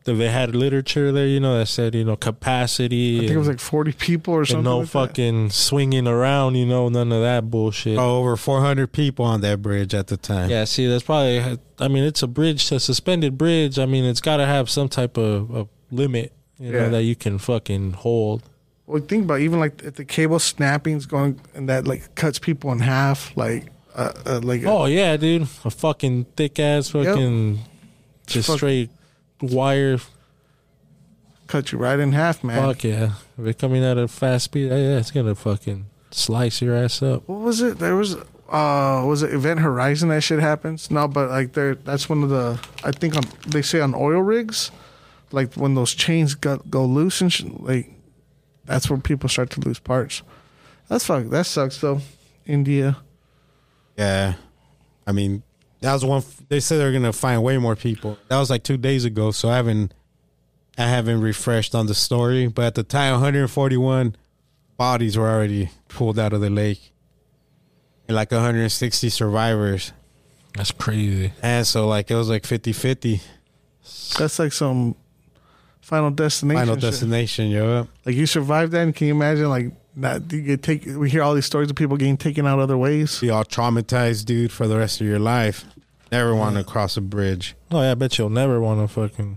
B: if they had literature there, you know, that said you know capacity.
D: I think it was like forty people or
B: and
D: something.
B: no
D: like that.
B: fucking swinging around, you know, none of that bullshit.
C: Oh, over 400 people on that bridge at the time
B: Yeah, see, that's probably. I mean, it's a bridge, a suspended bridge. I mean, it's got to have some type of, of limit, you
D: Yeah.
B: know, that you can fucking hold.
D: Well, think about it, even like if the cable snapping's going and that like cuts people in half. Like uh, uh like
B: Oh yeah, dude, a fucking thick ass fucking just
D: Fuck.
B: straight wire.
D: cut you right in half, man.
B: Fuck yeah, if it's coming at a fast speed, yeah, yeah, it's gonna fucking slice your ass up.
D: What was it? There was uh was it Event Horizon that shit happens? No, but like there that's one of the I think on they say on oil rigs, like when those chains go, go loose and sh- like that's where people start to lose parts. That's fuck. That sucks though. India.
C: yeah i mean that was one f- they said they're gonna find way more people that was like two days ago so i haven't i haven't refreshed on the story but at the time 141 bodies were already pulled out of the lake and like 160 survivors
B: That's crazy.
C: and so like it was like 50 50
D: That's like some Final Destination.
C: final
D: shit.
C: destination yo
D: Like you survived that, and can you imagine like not you get take? We hear all these stories of people getting taken out other ways.
C: be all traumatized dude for the rest of your life never want to cross a bridge
B: Oh yeah, I bet you'll never want to fucking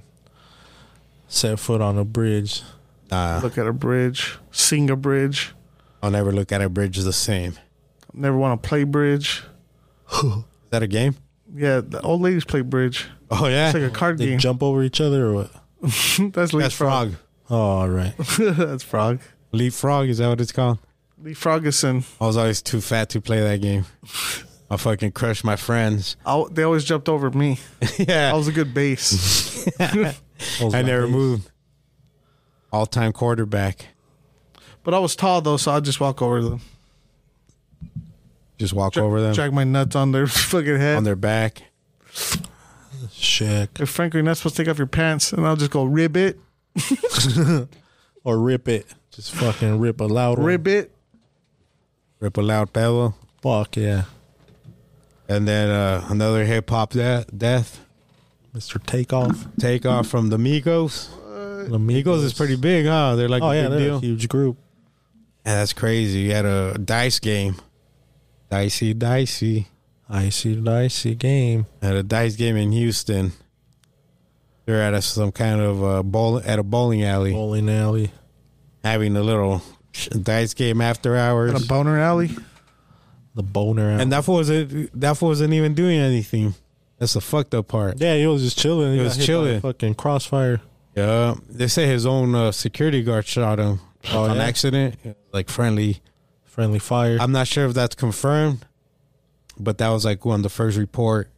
B: set foot on a bridge.
C: nah
D: Look at a bridge, sing a bridge.
C: i'll never look at a bridge the same is
D: Never want to play bridge.
C: that a game
D: Yeah, the old ladies play bridge.
C: oh yeah
D: It's like a card
B: They
D: game.
B: jump over each other or what?
D: That's
C: that's
D: leapfrog.
C: frog
B: Oh, all right.
D: That's frog.
C: Leapfrog, is that what it's called?
D: Lee Froggison.
C: I was always too fat to play that game. I fucking crushed my friends.
D: I, they always jumped over me. I
C: yeah.
D: was a good base.
C: I never moved. All time quarterback.
D: but I was tall though, so I'd just walk over them.
C: Just walk
D: Dra-
C: over them
D: Drag my nuts on their fucking head.
C: on their back.
B: Shit.
D: if Frank, you're not supposed to take off your pants, and I'll just go rib it,
B: or rip it. Just fucking rip a loud one.
D: rib it.
C: Rip a loud pedal.
B: Fuck yeah,
C: And then uh, another hip hop de- death.
B: Mister Takeoff.
C: Take off from the Migos.
B: The
C: Migos is pretty big, huh? They're like
B: Oh
C: a
B: yeah,
C: big
B: they're
C: deal.
B: a huge group.
C: Yeah, that's crazy. You had a dice game. Dicey, dicey.
B: Icy dicey game.
C: at a dice game in Houston. They're at a, some kind of uh bowl at a bowling alley
B: Bowling alley.
C: having a little sh- dice game after
D: In a
C: hours,
D: boner alley.
B: The boner. Alley.
C: and
B: And
C: that fool wasn't that fool wasn't even doing anything. That's the fucked up part.
B: yeah, he was just chilling.
C: He
B: got
C: was
B: hit by
C: chilling.
B: a Fucking crossfire.
C: Yeah, they say his own uh, security guard shot him on
B: yeah?
C: accident, like friendly.
B: Friendly fire.
C: I'm not sure if that's confirmed, but that was like one of the first report.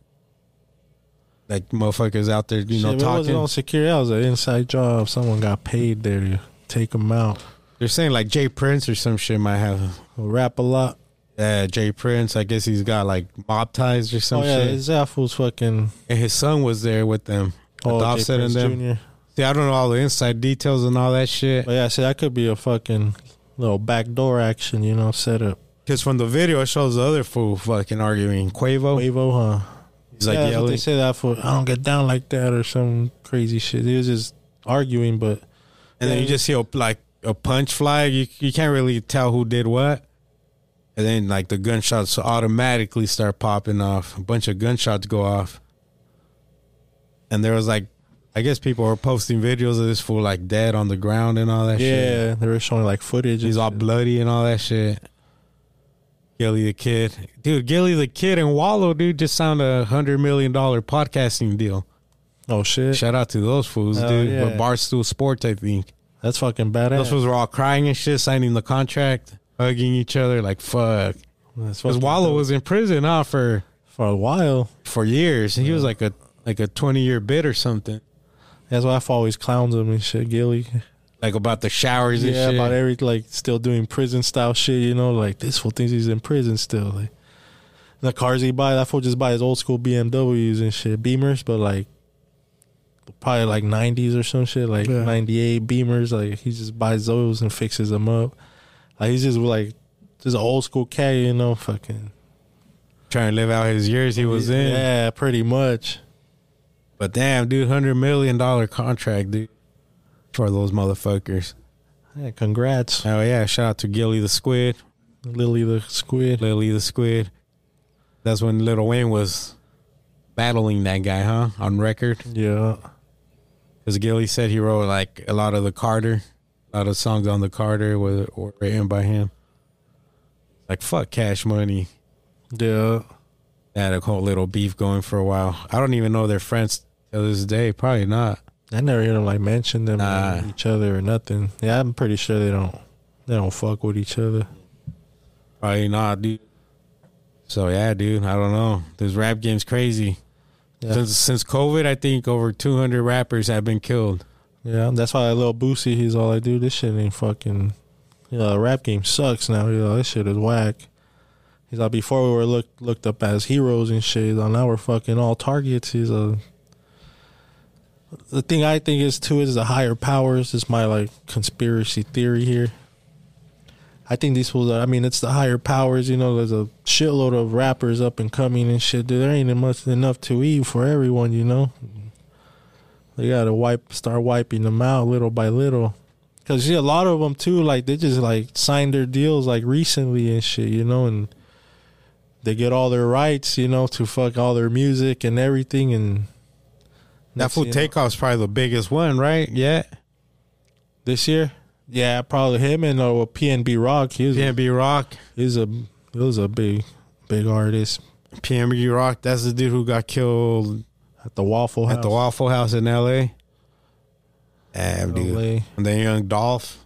C: Like motherfuckers out there, you know,
B: Shit, but It wasn't
C: talking.
B: on security. That was an inside job. Someone got paid there to take him out.
C: They're saying like Jay Prince or some shit might have
B: Rap a lot.
C: Yeah, Jay Prince. I guess he's got like mob ties or some
B: oh yeah,
C: shit.
B: his that fool's fucking.
C: and his son was there with them.
B: Oh,
C: with
B: Jay
C: Offset and
B: Prince
C: them.
B: Jr.
C: See, I don't know all the inside details and all that shit.
B: But yeah, see, that could be a fucking little backdoor action, you know, set up.
C: Because from the video, it shows the other fool fucking arguing. Quavo.
B: Quavo, huh?
C: Oh. He's like
B: yeah, that's what
C: yelling.
B: they say that for. I don't get down like that or some crazy shit. He was just arguing, but
C: And then you just hear like a punch fly. You, you can't really tell who did what. And then like the gunshots automatically start popping off. A bunch of gunshots go off. And there was like, I guess people were posting videos of this fool like dead on the ground and all that shit.
B: yeah, they were showing like footage. and
C: He's all
B: shit.
C: bloody and all that shit. Gilly the Kid, dude. Gilly the Kid and Wallow, dude, just signed a hundred million dollar podcasting deal.
B: Oh shit,
C: Shout out to those fools,
B: Hell
C: dude.
B: yeah.
C: With Barstool Sports, I think.
B: that's fucking
C: Those
B: badass.
C: fools were all crying and shit, signing the contract, hugging each other, like fuck.
B: That's
C: Because
B: fucking
C: Wallow
B: dope.
C: was in prison, huh, for
B: for a while.
C: for years. He was like a like a twenty year bid or something.
B: That's why I've always clowns him and shit, Gilly.
C: Like about the showers and
B: Yeah,
C: shit.
B: about every like still doing prison style shit. You know, like this fool thinks he's in prison still. Like the cars he buy, that fool just buy his old school BMWs and shit, Beamers, but like probably like nineties or some shit, like
D: Yeah.
B: ninety eight Beamers. Like he just buys those and fixes them up. Like he's just like just an old school cat, you know, fucking.
C: trying to live out his years he was in.
B: Yeah, pretty much.
C: But damn, dude, hundred million dollar contract, dude, for those motherfuckers.
B: Yeah, congrats,
C: Oh yeah, shout out to Gilly the Squid,
B: Lily the Squid.
C: Lily the Squid. That's when Little Wayne was battling that guy, huh? On record,
B: Yeah,
C: because Gilly said he wrote like a lot of the Carter, a lot of songs on the Carter were, were written by him. Like fuck, Cash Money.
B: yeah.
C: They had a whole little beef going for a while. I don't even know their friends to this day. Probably not.
B: I never hear them like mention them
C: Nah.
B: or each other or nothing. Yeah, I'm pretty sure they don't. They don't fuck with each other.
C: Probably not, dude. So yeah, dude. I don't know. This rap game's crazy.
B: Yeah.
C: Since since COVID, I think over 200 rappers have been killed.
B: Yeah, that's why that little Boosie, he's all like, dude, this shit ain't fucking. You know, the rap game sucks now. You know, this shit is whack. He's like, before we were looked looked up as heroes and shit. He's like, now we're fucking all targets. He's a. The thing I think is too is the higher powers. This is my like conspiracy theory here. I think these fools are. I mean, it's the higher powers. You know, there's a shitload of rappers up and coming and shit. Dude, there ain't much enough to eat for everyone. You know, they gotta wipe, start wiping them out little by little. Cause see, a lot of them too, like they just like signed their deals like recently and shit, you know, and they get all their rights, you know, to fuck all their music and everything. And
C: That
B: next thing
C: fool
B: you know-
C: takeoff's probably the biggest one, right? Yeah.
B: this year, yeah, probably him and uh, PNB Rock. He was
C: PNB Rock.
B: he's a he was a big big artist
C: PNB Rock. That's the dude who got killed
B: at the Waffle House.
C: at the Waffle House in L.A. Damn, dude.
B: LA.
C: And then Young Dolph.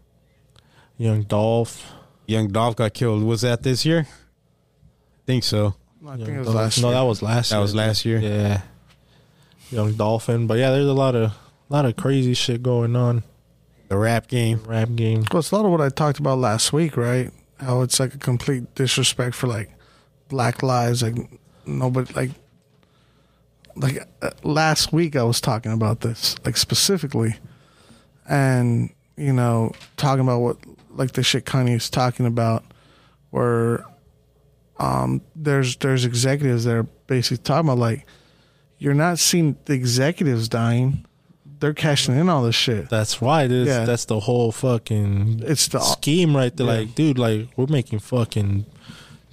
B: Young Dolph.
C: Young Dolph got killed. Was that this year? think so.
D: I
B: Young
D: think it was
B: Dolph.
D: last
B: no,
D: year.
B: that was last.
C: That
B: year.
C: was last year.
B: Yeah. Young Dolphin. But yeah, there's a lot of lot of crazy shit going on.
C: The rap game.
B: Rap game.
D: Well, it's a lot of what I talked about last week, right? How it's like a complete disrespect for like black lives, like nobody like like uh, last week I was talking about this like specifically, and you know talking about what like the shit Kanye was talking about, where um there's there's executives that are basically talking about like you're not seeing the executives dying, they're cashing in all this shit.
B: That's right. It's,
D: Yeah.
B: That's the whole fucking
D: It's the
B: scheme right there.
D: Yeah.
B: Like, dude, like we're making fucking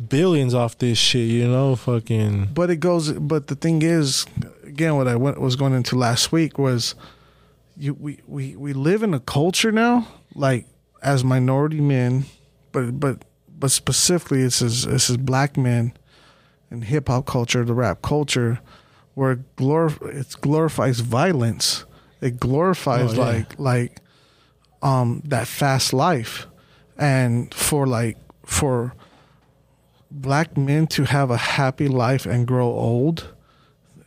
B: billions off this shit. You know, fucking.
D: But it goes. But the thing is, again, what I went, was going into last week was, you we, we we live in a culture now, like as minority men, but but but specifically, it's as this is black men, in hip hop culture, the rap culture, where it, glorif- it glorifies violence. It glorifies
B: Oh, yeah.
D: like like um that fast life, and for like for black men to have a happy life and grow old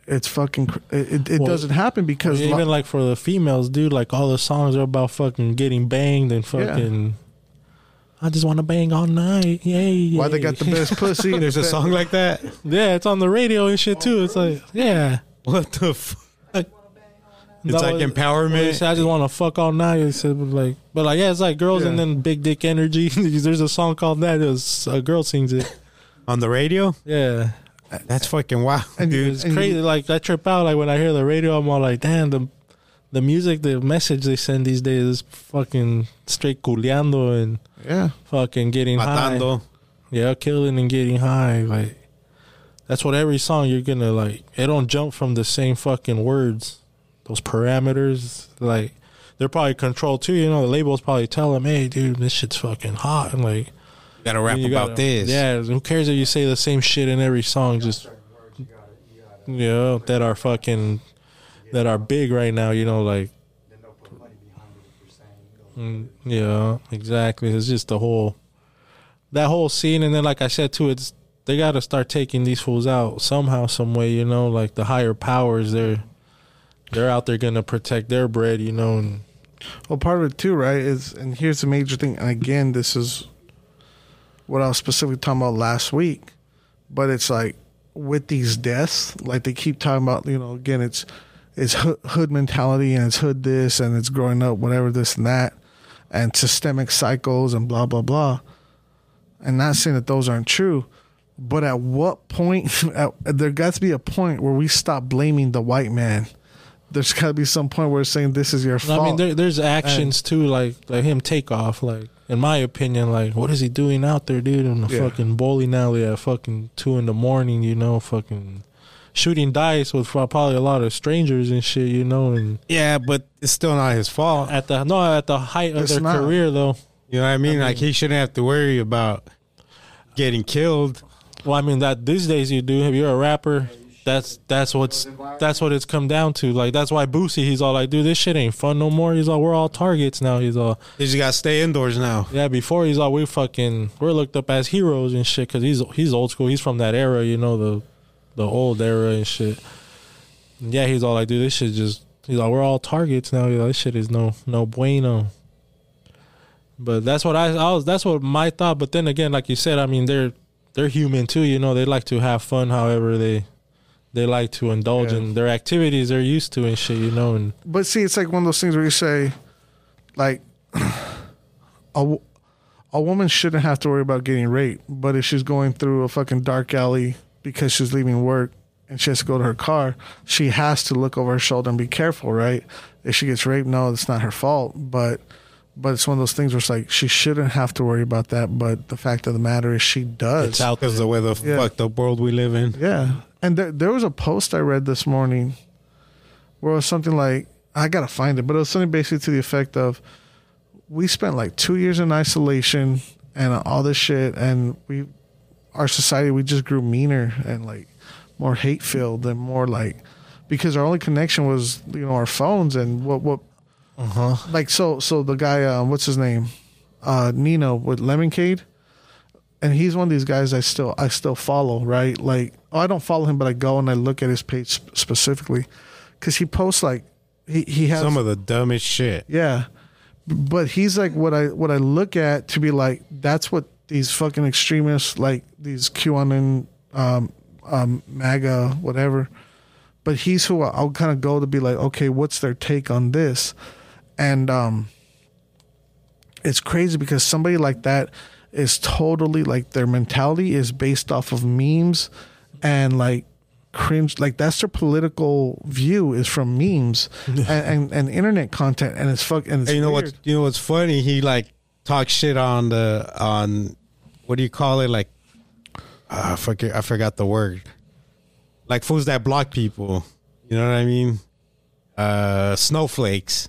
D: it's fucking cr- it, it, it
B: Well,
D: doesn't happen because li-
B: Even like for the females, dude, like all the songs are about fucking getting banged and fucking. I just want to bang all night. Yay.
D: why they got the best pussy and
C: There's a
D: the-
C: song like that.
B: Yeah, it's on the radio and shit too. It's like, yeah.
C: What the fuck? It's
B: That
C: like
B: was- Well, they
C: empowerment.
B: say, I just want to fuck all night. It said, but like, but like, yeah, it's like girls and
D: Yeah.
B: then big dick energy. There's a song called that. It was a girl sings it.
C: on the radio?
B: Yeah,
C: That's fucking wild,
D: And you-
C: dude.
B: it's crazy. Like I trip out. Like when I hear the radio, I'm all like, damn the, the music, the message they send these days is fucking straight culiando and
D: yeah
B: fucking getting high.
C: Matando.
B: Yeah, killing and getting high. Like that's what every song you're gonna like. It don't jump from the same fucking words. Those parameters, like they're probably controlled too. You know, the labels probably tell them, "Hey, dude, this shit's fucking hot," and like
C: Gotta rap
B: You
C: about
B: gotta-
C: this.
B: Yeah, who cares if you say the same shit in every song? Just
E: You got it. You got it.
B: you know that are fucking that are big right now. You know, like
E: Then they'll put money behind it if you're saying. You know,
B: mm, yeah, exactly. It's just the whole that whole scene, and then like I said too, it's they got to start taking these fools out somehow, some way. You know, like the higher powers, they're they're out there gonna protect their bread. You know, and
D: Well, part of it too, right? Is and here's the major thing. And again, this is what I was specifically talking about last week. But it's like with these deaths, like they keep talking about. You know, again, it's it's hood, hood mentality and it's hood this and it's growing up, whatever this and that, and systemic cycles and blah blah blah. And not saying that those aren't true, but at what point? At, there got to be a point where we stop blaming the white man. There's got to be some point where it's saying this is your fault.
B: I mean, there, there's actions too, like like him take off. Like in my opinion, like what is he doing out there, dude, in the
D: Yeah.
B: fucking bowling alley at fucking two in the morning? You know, fucking shooting dice with pro- probably a lot of strangers and shit. You know, and
C: Yeah, but it's still not his fault.
B: at the no at the height of
D: It's
B: their
D: not.
B: career though.
C: You know what I mean? like he shouldn't have to worry about getting killed.
B: Well, I mean that these days you do. If you're a rapper, that's that's what's that's what it's come down to. Like that's why Boosie, he's all like, dude, this shit ain't fun no more. He's all we're all targets now. He's all
C: He just gotta stay indoors now.
B: Yeah, before he's all we fucking we're looked up as heroes and shit because he's he's old school. He's from that era, you know the the old era and shit. And yeah, he's all like, dude, this shit just he's like we're all targets now. He's like, this shit is no no bueno. But that's what I, I was. That's what my thought. But then again, like you said, I mean they're they're human too. You know they like to have fun. However they they like to indulge
D: Yeah.
B: in their activities they're used to and shit. You know and
D: But see, it's like one of those things where you say, like, a, w- a woman shouldn't have to worry about getting raped, but if she's going through a fucking dark alley because she's leaving work and she has to go to her car, she has to look over her shoulder and be careful, right? If she gets raped, no, it's not her fault, but but it's one of those things where it's like she shouldn't have to worry about that, but the fact of the matter is she does.
B: it's out there.
C: Because the way the
D: Yeah.
C: fucked up world we live in.
D: Yeah. And there, there was a post I read this morning where it was something like, I got to find it, but it was something basically to the effect of, we spent like two years in isolation and all this shit. And we, our society, we just grew meaner and like more hate filled and more like, because our only connection was, you know, our phones and what, what, uh-huh. like, so, so the guy, uh, what's his name? Uh, Nino with Lemoncade and he's one of these guys I still I still follow, right? Like, oh, I don't follow him, but I go and I look at his page sp- specifically because he posts like he he has
C: Some of the dumbest shit.
D: yeah, but he's like what I what I look at to be like that's what these fucking extremists like these QAnon um, um, MAGA whatever. But he's who I'll kind of go to be like, okay, what's their take on this? And um, it's crazy because somebody like that is totally like their mentality is based off of memes and like cringe like that's their political view is from memes and, and, and internet content and it's fuck and it's
C: And you know
D: weird.
C: what? You know what's funny? He like talks shit on the on what do you call it? Like ah, I forget. I forgot the word. Like fools that block people. You know what I mean? Uh, snowflakes.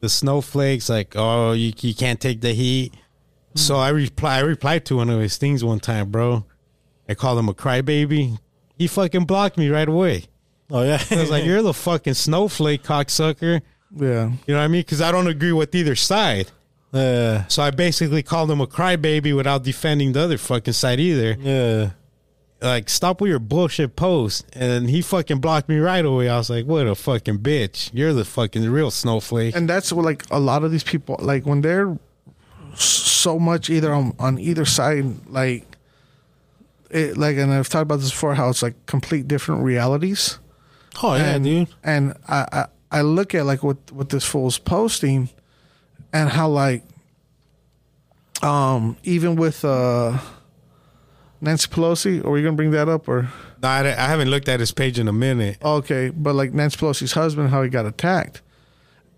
C: The snowflakes. Like oh, you you can't take the heat. So I reply. I replied to one of his things one time, bro. I called him a crybaby. He fucking blocked me right away.
B: Oh yeah,
C: I was like, "You're the fucking snowflake, cocksucker."
D: yeah
C: You know what I mean? Because I don't agree with either side.
B: yeah
C: So I basically called him a crybaby without defending the other fucking side either.
B: yeah.
C: Like, stop with your bullshit post. And he fucking blocked me right away. I was like, what a fucking bitch. You're the fucking real snowflake.
D: and that's what like a lot of these people like when they're s- so much either on, on either side like it like and i've talked about this before how it's like complete different realities
B: Oh yeah,
D: and,
B: dude.
D: And I, I I look at like what what this fool's posting, and how like, um, even with uh, Nancy Pelosi, are we gonna bring that up or
C: No, I, I haven't looked at his page in a minute.
D: okay? But like Nancy Pelosi's husband, how he got attacked,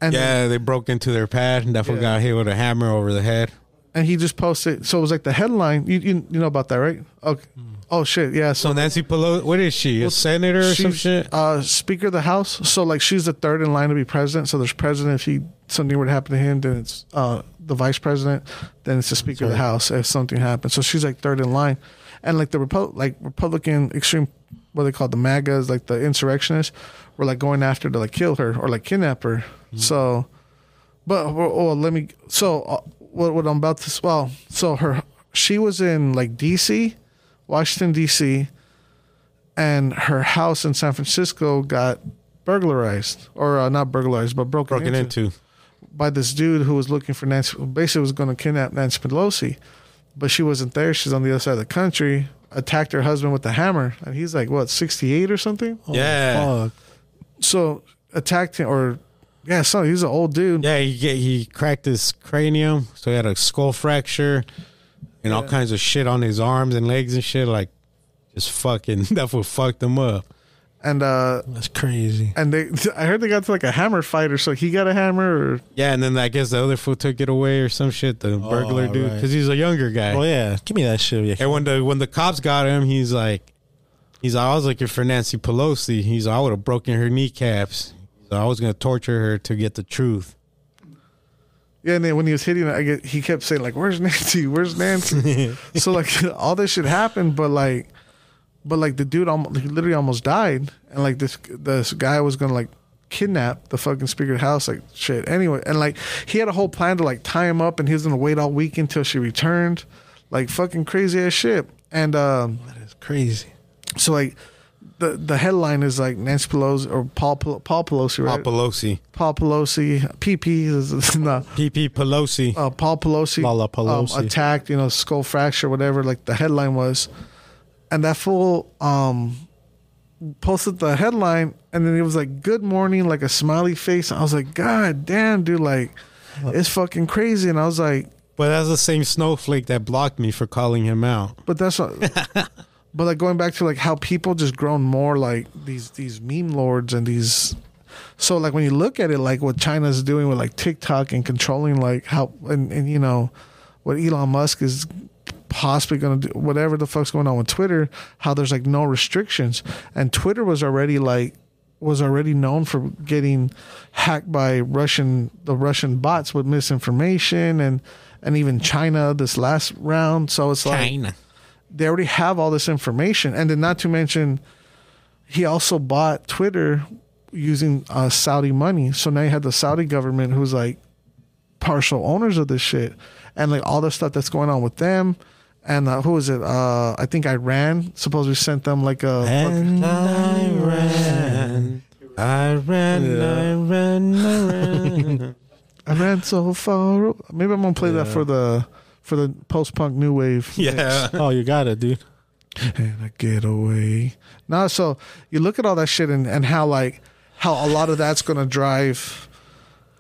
D: and
C: Yeah, they broke into their pad and that fool got hit with a hammer over the head.
D: and he just posted. So it was like the headline. You you, you know about that, right? Okay.
C: Mm.
D: Oh shit, yeah. So
C: So Nancy Pelosi, what is she? A senator or some
D: she's,
C: shit?
D: Uh, Speaker of the House. So like she's the third in line to be president. So there's president. If he something were to happen to him, then it's uh, the vice president. Then it's the Speaker of the House. If something happens, so she's like third in line, and like the Repo- like Republican extreme, what they call the MAGAs, like the insurrectionists, were like going after to like kill her or like kidnap her.
C: Mm.
D: So, but well, well, let me. So uh, what what I'm about to well, so her she was in like D.C., Washington D.C and her house in San Francisco got burglarized or uh, not burglarized but broken,
C: Broken
D: into,
C: into.
D: by this dude who was looking for Nancy basically was going to kidnap Nancy Pelosi but she wasn't there she's on the other side of the country attacked her husband with a hammer and he's like what 68 or something
C: Oh, yeah.
B: Fuck.
D: so attacked him or yeah so he's an old dude
C: Yeah, he get, he cracked his cranium, so he had a skull fracture and all kinds of shit on his arms and legs and shit. Like, just fucking that would fucked him up.
D: and uh
B: That's crazy.
D: and they I heard they got to like a hammer fight or so he got a hammer or
C: Yeah, and then I guess the other fool took it away or some shit. The burglar dude,
B: Oh, right.
C: because he's a younger guy.
B: Oh yeah, give me that shit. Yeah.
C: And when the when the cops got him, he's like, he's like, I was looking for Nancy Pelosi. He's like, I would have broken her kneecaps. He's like, I was gonna torture her to get the truth.
D: Yeah, and then when he was hitting, it, I get he kept saying like, "Where's Nancy? Where's Nancy?" so like all this shit happened, but like, but like the dude almost he literally almost died, and like this this guy was gonna like kidnap the fucking speaker of the house, like shit. Anyway, and like he had a whole plan to like tie him up, and he was gonna wait all week until she returned, like fucking crazy ass shit. And um,
B: That's crazy.
D: so like the the headline is like Nancy Pelosi or Paul Pel- Paul Pelosi,
C: Paul
D: right? Paul,
C: Pelosi,
D: Pelosi, PP is no
C: PP Pelosi.
D: uh, Paul Pelosi,
C: Um,
D: um,
B: Lala Pelosi.
D: attacked, you know, skull fracture, whatever, like the headline was. And that fool um, posted the headline and then it was like, good morning, like a smiley face. And I was like, God damn, dude, like, it's fucking crazy. And I was like,
C: But that's the same snowflake that blocked me for calling him out.
D: but that's what. but like going back to like how people just grown more like these these meme lords and these. So like when you look at it, like what China's doing with like TikTok and controlling like how and and you know what Elon Musk is possibly going to do, whatever the fuck's going on with Twitter, how there's like no restrictions and Twitter was already like was already known for getting hacked by Russian the Russian bots with misinformation and and even China this last round. So it's like they already have all this information. And then, not to mention, he also bought Twitter using uh, Saudi money. So now you have the Saudi government who's like partial owners of this shit and like all the stuff that's going on with them. And uh, who was it? Uh, I think Iran supposedly sent them like a.
B: And I
C: ran, I ran, I ran, I ran.
D: Iran so far. Maybe I'm gonna play that for the for the post punk new wave.
C: yeah,
B: oh, you got it, dude.
D: and I get away. No, so you look at all that shit and, and how like how a lot of that's gonna drive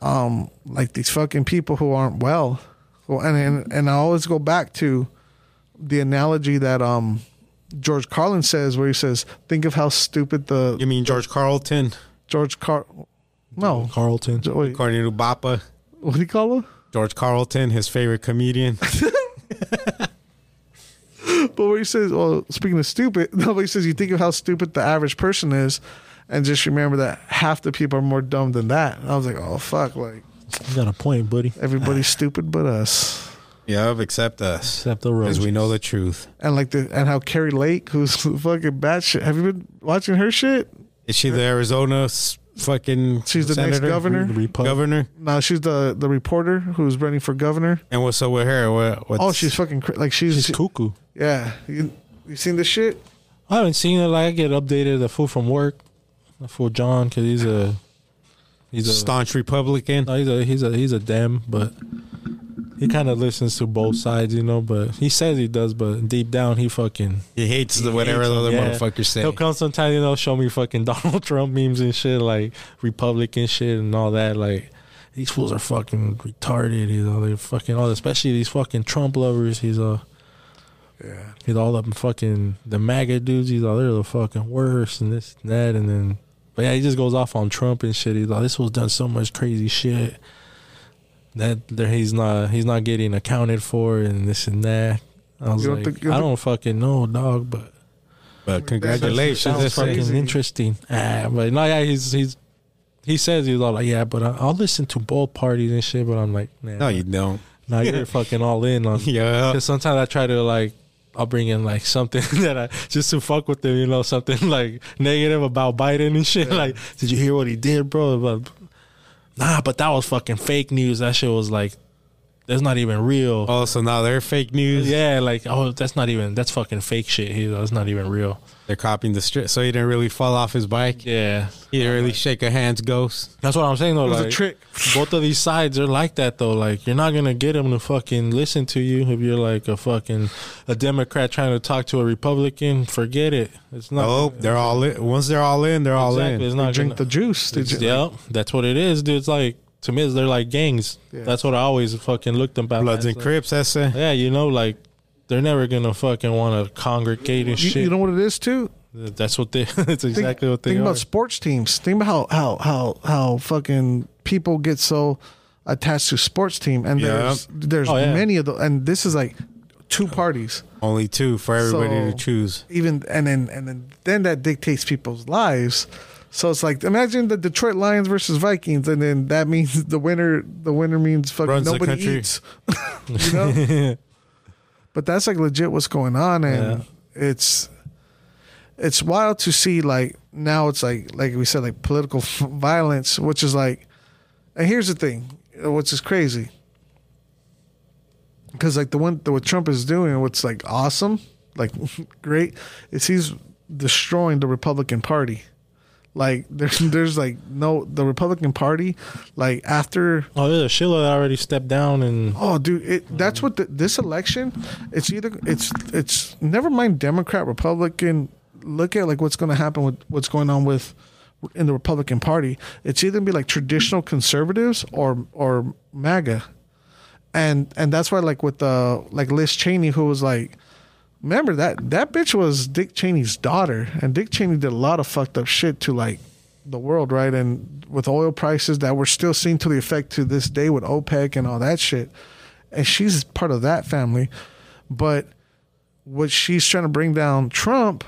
D: um like these fucking people who aren't well. Well and and, and I always go back to the analogy that um George Carlin says where he says, Think of how stupid the
C: you mean George Carlton,
D: George Car No.
B: Carlton.
D: Jo- Wait,
C: according to Bappa,
D: what do you call him?
C: George Carlton, his favorite comedian.
D: But where he says, well, speaking of stupid, no, but he says, you think of how stupid the average person is, and just remember that half the people are more dumb than that. And I was like, oh, fuck, like,
B: You got a point, buddy.
D: everybody's stupid but us.
C: yep, except us,
B: Except the road.
C: because we know the truth.
D: And like the and how Carrie Lake, who's fucking batshit. Have you been watching her shit?
C: Is she the Arizona s- fucking?
D: She's the next
C: senator?
D: governor.
C: Governor.
D: No, she's the the reporter who's running for governor.
C: And what's up with her? What, what's,
D: Oh, she's fucking cra- like she's,
B: She's cuckoo.
D: yeah. You, you seen this shit?
B: I haven't seen it. Like I get updated the fool from work, the fool John, because he's a he's
C: a
B: a
C: staunch Republican.
B: no, he's a he's a he's a dem, but he kind of listens to both sides, you know. But he says he does, but deep down he fucking
C: He hates the whatever the other
B: yeah.
C: motherfuckers say.
B: he'll come sometime, you know, show me fucking Donald Trump memes and shit, like Republican shit and all that, like. These fools are fucking retarded, you know. They're fucking all, especially these fucking Trump lovers. He's a
D: Yeah.
B: He's all up in fucking the MAGA dudes. He's all they're the fucking worst and this and that. And then, but yeah, he just goes off on Trump and shit. He's like, this was done so much crazy shit. that there he's not he's not getting accounted for and this and that. I was
D: You don't
B: like,
D: think- you
B: I
D: don't-
B: don't fucking know, dog, but
C: But
B: that
C: congratulations.
B: was
C: That's
B: fucking
D: crazy.
B: interesting. Ah, but no, yeah, he's he's he says he's all like, yeah, but I, I'll listen to both parties and shit. But I'm like, nah,
C: no, you don't.
B: nah, you're fucking all in on
C: Yeah.
B: Because sometimes I try to like, I'll bring in like something that I just to fuck with them, you know, something like negative about Biden and shit. Like, did you hear what he did, bro? But nah, but that was fucking fake news. That shit was like, that's not even real.
C: Oh, so now they're fake news.
B: Yeah, like oh, that's not even that's fucking fake shit. You know, that's not even real.
C: They're copying the strip. So he didn't really fall off his bike.
B: Yeah,
C: He didn't really shake a hand's ghost.
B: that's what I'm saying though.
D: It was
B: like,
D: a trick.
B: both of these sides are like that though. Like you're not gonna get them to fucking listen to you if you're like a fucking a Democrat trying to talk to a Republican. Forget it. It's not.
C: Oh, they're all in. Once they're all in, they're all
B: exactly. It's
C: in.
B: not
D: Drink the juice. Did you?
B: yeah, that's what it is, dude. It's like to me, it's- they're like gangs.
D: Yeah.
B: That's what I always fucking looked about.
C: Bloods and
B: It's like-
C: Crips, that's it.
B: Yeah, you know, like they're never gonna fucking want to congregate and
D: You,
B: shit.
D: you know what it is too.
B: that's what they. that's
D: Think-
B: exactly what they
D: think
B: are.
D: about sports teams. Think about how how how how fucking people get so attached to sports team, and
C: Yeah.
D: there's there's
B: Oh, yeah.
D: many of those, and this is like two parties.
C: Only two for everybody to
D: So-
C: choose.
D: even and then and then then that dictates people's lives. So it's like imagine the Detroit Lions versus Vikings, and then that means the winner the winner means fucking
C: Runs the
D: nobody
C: country.
D: eats. you know? but that's like legit what's going on and it's it's wild to see like now it's like like we said like political violence, which is like and here's the thing, uh, which is crazy. Because like the one the, what Trump is doing, what's like awesome, like great, is he's destroying the Republican Party. Like there's there's like no the Republican Party, like after
B: oh, there's a Sheila that already stepped down and
D: oh dude it that's what the, this election it's either it's it's never mind Democrat Republican look at like what's going to happen with what's going on with in the Republican Party it's either gonna be like traditional conservatives or or MAGA and and that's why like with the like Liz Cheney who was like remember that that bitch was Dick Cheney's daughter and Dick Cheney did a lot of fucked up shit to like the world right and with oil prices that we're still seeing to the effect to this day with OPEC and all that shit and she's part of that family but what she's trying to bring down Trump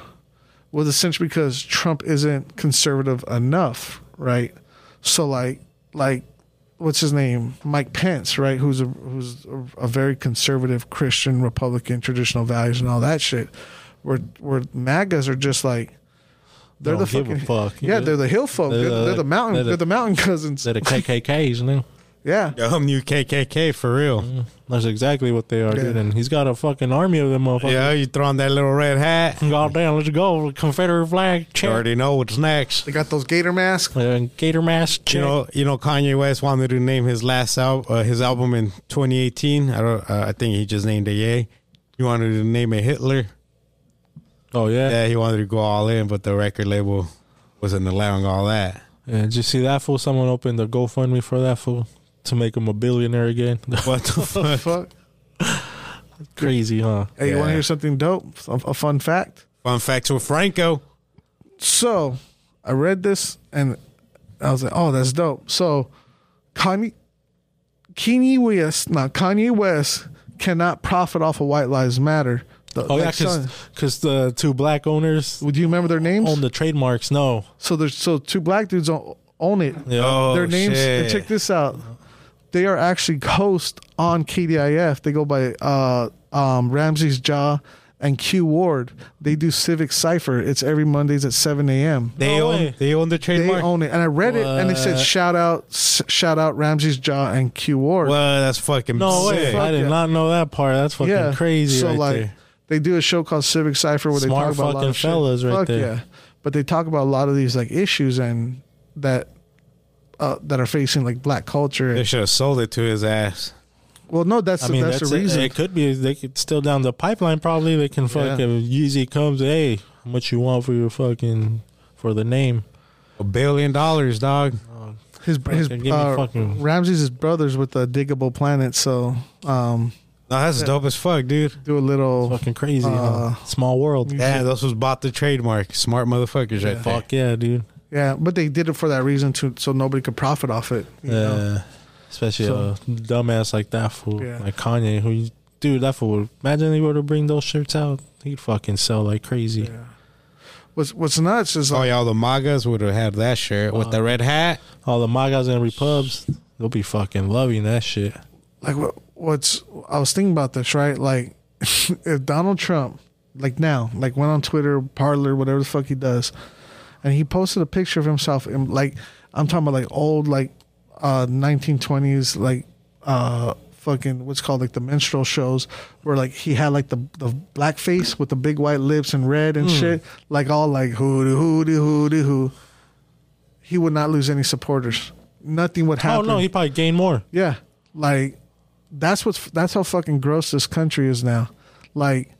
D: was essentially because Trump isn't conservative enough, right? So like like what's his name, Mike Pence, right? Who's a who's a, a very conservative Christian Republican traditional values and all that shit. Where where MAGAs are just like they're
B: They
D: the
B: don't give
D: fucking
B: a fuck.
D: yeah, they're the hill folk. They're,
B: They're the-
D: they're the mountain.
B: they're
D: They're
B: the-
D: the, mountain cousins.
B: they're the KKKs now.
D: yeah,
C: Yo, new KKK for real.
B: That's exactly what they are,
D: Yeah.
B: dude. And he's got a fucking army of them motherfuckers.
C: Yeah, you throw on that little red hat.
B: Mm-hmm.
C: You
B: Goddamn, let's go. Confederate flag, check.
C: already know what's next.
D: they got those gator masks.
B: Uh, Gator mask, check.
C: You know, you know, Kanye West wanted to name his last al- uh, his album in 2018. I don't. Uh, I think he just named it Yay. He wanted to name it Hitler.
B: oh, yeah.
C: Yeah, he wanted to go all in, but the record label wasn't allowing all that.
B: Yeah, did you see that fool? Someone opened a GoFundMe for that fool to make him a billionaire again.
C: What the fuck?
D: Fuck.
B: Crazy, huh?
D: Hey, you
C: Yeah.
D: want to hear something dope? A, a fun fact.
C: Fun facts with Franco.
D: So I read this and I was like, oh, that's dope. So Kanye, Kanye West, not Kanye West, cannot profit off of White Lives Matter. The-
B: Oh, yeah,
D: like, son,
B: because the two black owners
D: would you remember their names?
B: own the trademarks. No.
D: so there's so two black dudes own, own it.
B: Yeah.
C: Oh,
D: their names. And
C: shit.
D: check this out. They are actually hosts on KDIF. They go by uh, um, Ramsey's Jaw and Q Ward. They do Civic Cipher. It's every Mondays at 7 a.m.
C: They
B: No
C: own.
B: way.
C: They own the
D: They
C: trademark.
D: own it, and I read it, and it said
B: What?
D: shout out, s- shout out Ramsey's Jaw and Q Ward.
C: well, that's fucking
B: No way.
C: sick.
B: I did
D: yeah.
B: not know that part. That's fucking
D: yeah,
B: crazy.
D: So
B: right
D: like,
B: there.
D: they do a show called Civic Cipher where
B: Smart
D: they talk about a lot
B: fucking
D: of shit.
B: fellas right
D: Fuck
B: there.
D: Yeah, but they talk about a lot of these like issues and that uh, that are facing like black culture.
C: They should have sold it to his ass.
D: well, no, that's
B: I
D: the,
B: mean,
D: that's,
B: that's,
D: the
B: it.
D: reason.
B: It, could be they could still down the pipeline. Probably they can
D: Yeah.
B: fucking Yeezy comes. Hey, how much you want for your fucking for the name?
C: A billion dollars, dog.
D: his
B: Fucking
D: his
B: give me
D: uh,
B: fucking-
D: Ramsey's his brothers with the Diggable Planet, so um,
C: No, that's dope as fuck, dude.
D: do a little.
B: Fucking crazy.
D: Uh,
B: huh? Small world.
C: Yeah, those was bought the trademark. Smart motherfuckers, right there.
B: Fuck yeah, dude.
D: Yeah, but they did it for that reason too, so nobody could profit off it. You know?
B: Yeah. especially a
D: So-
B: dumbass like that fool,
D: Yeah.
B: like Kanye. Who, you, dude, that fool. would- Imagine he were to bring those shirts out, he'd fucking sell like crazy.
D: Yeah. What's what's nuts is
C: Oh
D: like,
C: yeah, all the magas would have had that shirt with the red hat.
B: All the my guys in every pubs, they'll be fucking loving that shit.
D: like what what's I was thinking about this right like if Donald Trump like now like went on Twitter Parlor whatever the fuck he does and he posted a picture of himself in like I'm talking about like old like uh 1920s like uh fucking what's called like the minstrel shows where like he had like the the black face with the big white lips and red
B: Hmm.
D: and shit like all like hoo hoo hoo hoo he would not lose any supporters nothing would happen
B: Oh no, he probably gained more.
D: yeah, like that's what's that's how fucking gross this country is now. Like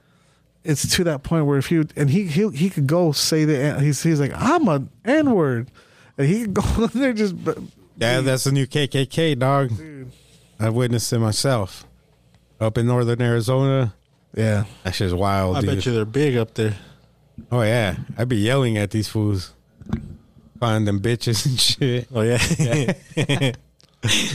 D: it's to that point where if he and he he he could go say the N- he's he's like I'm an N word, and he could go in there just but-
C: Yeah, that's the new KKK dog. I witnessed it myself up in northern Arizona.
D: yeah
C: That shit's wild,
B: I
C: dude.
B: bet you they're big up there.
C: Oh yeah, I'd be yelling at these fools, calling them bitches and shit.
B: Oh yeah,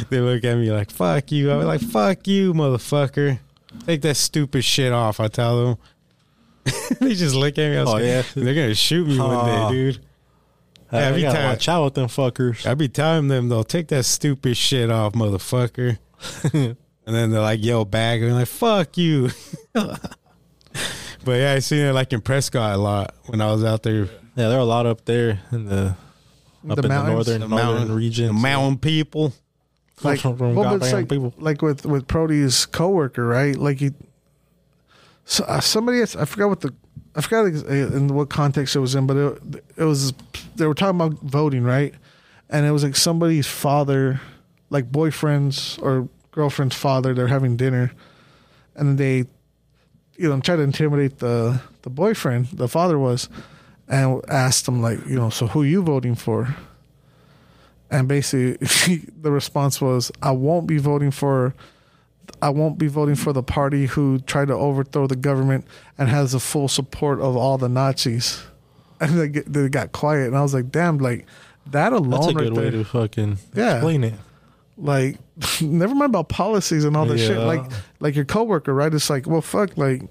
C: They look at me like "fuck you." I'm like "fuck you, motherfucker." Take that stupid shit off. I tell them. they just look at me. I was
B: Oh,
C: like,
B: yeah. Oh.
C: they're gonna shoot me
B: Aw.
C: one day, dude.
B: I
C: Every
B: gotta
C: time-
B: watch out with them fuckers.
C: I be telling them though, take that stupid shit off, motherfucker. and then they're like, yo, back. And I'm like, fuck you. but yeah, I seen it like in Prescott a lot when I was out there.
B: Yeah, there are a lot up there in the up in the
D: mountains?
B: northern
C: The
B: northern
C: mountain
B: regions.
C: the mountain people.
D: like
B: From- from
D: well, but it's
B: goddamn
D: like
B: people.
D: like with with Prody's coworker right like you so, uh, somebody else, I forgot what the I forgot ex- uh, in what context it was in but it it was they were talking about voting right and it was like somebody's father like boyfriend's or girlfriend's father they're having dinner and then they you know try to intimidate the the boyfriend the father was and asked him like you know so who you voting for and basically the response was i won't be voting for i won't be voting for the party who tried to overthrow the government and has the full support of all the nazis and they, get, they got quiet and i was like damn like that alone
B: That's a
D: right
B: good way to
D: there
B: fucking
D: Yeah.
B: explain it.
D: like never mind about policies and all that shit
B: Yeah.
D: like like your coworker right it's like well fuck like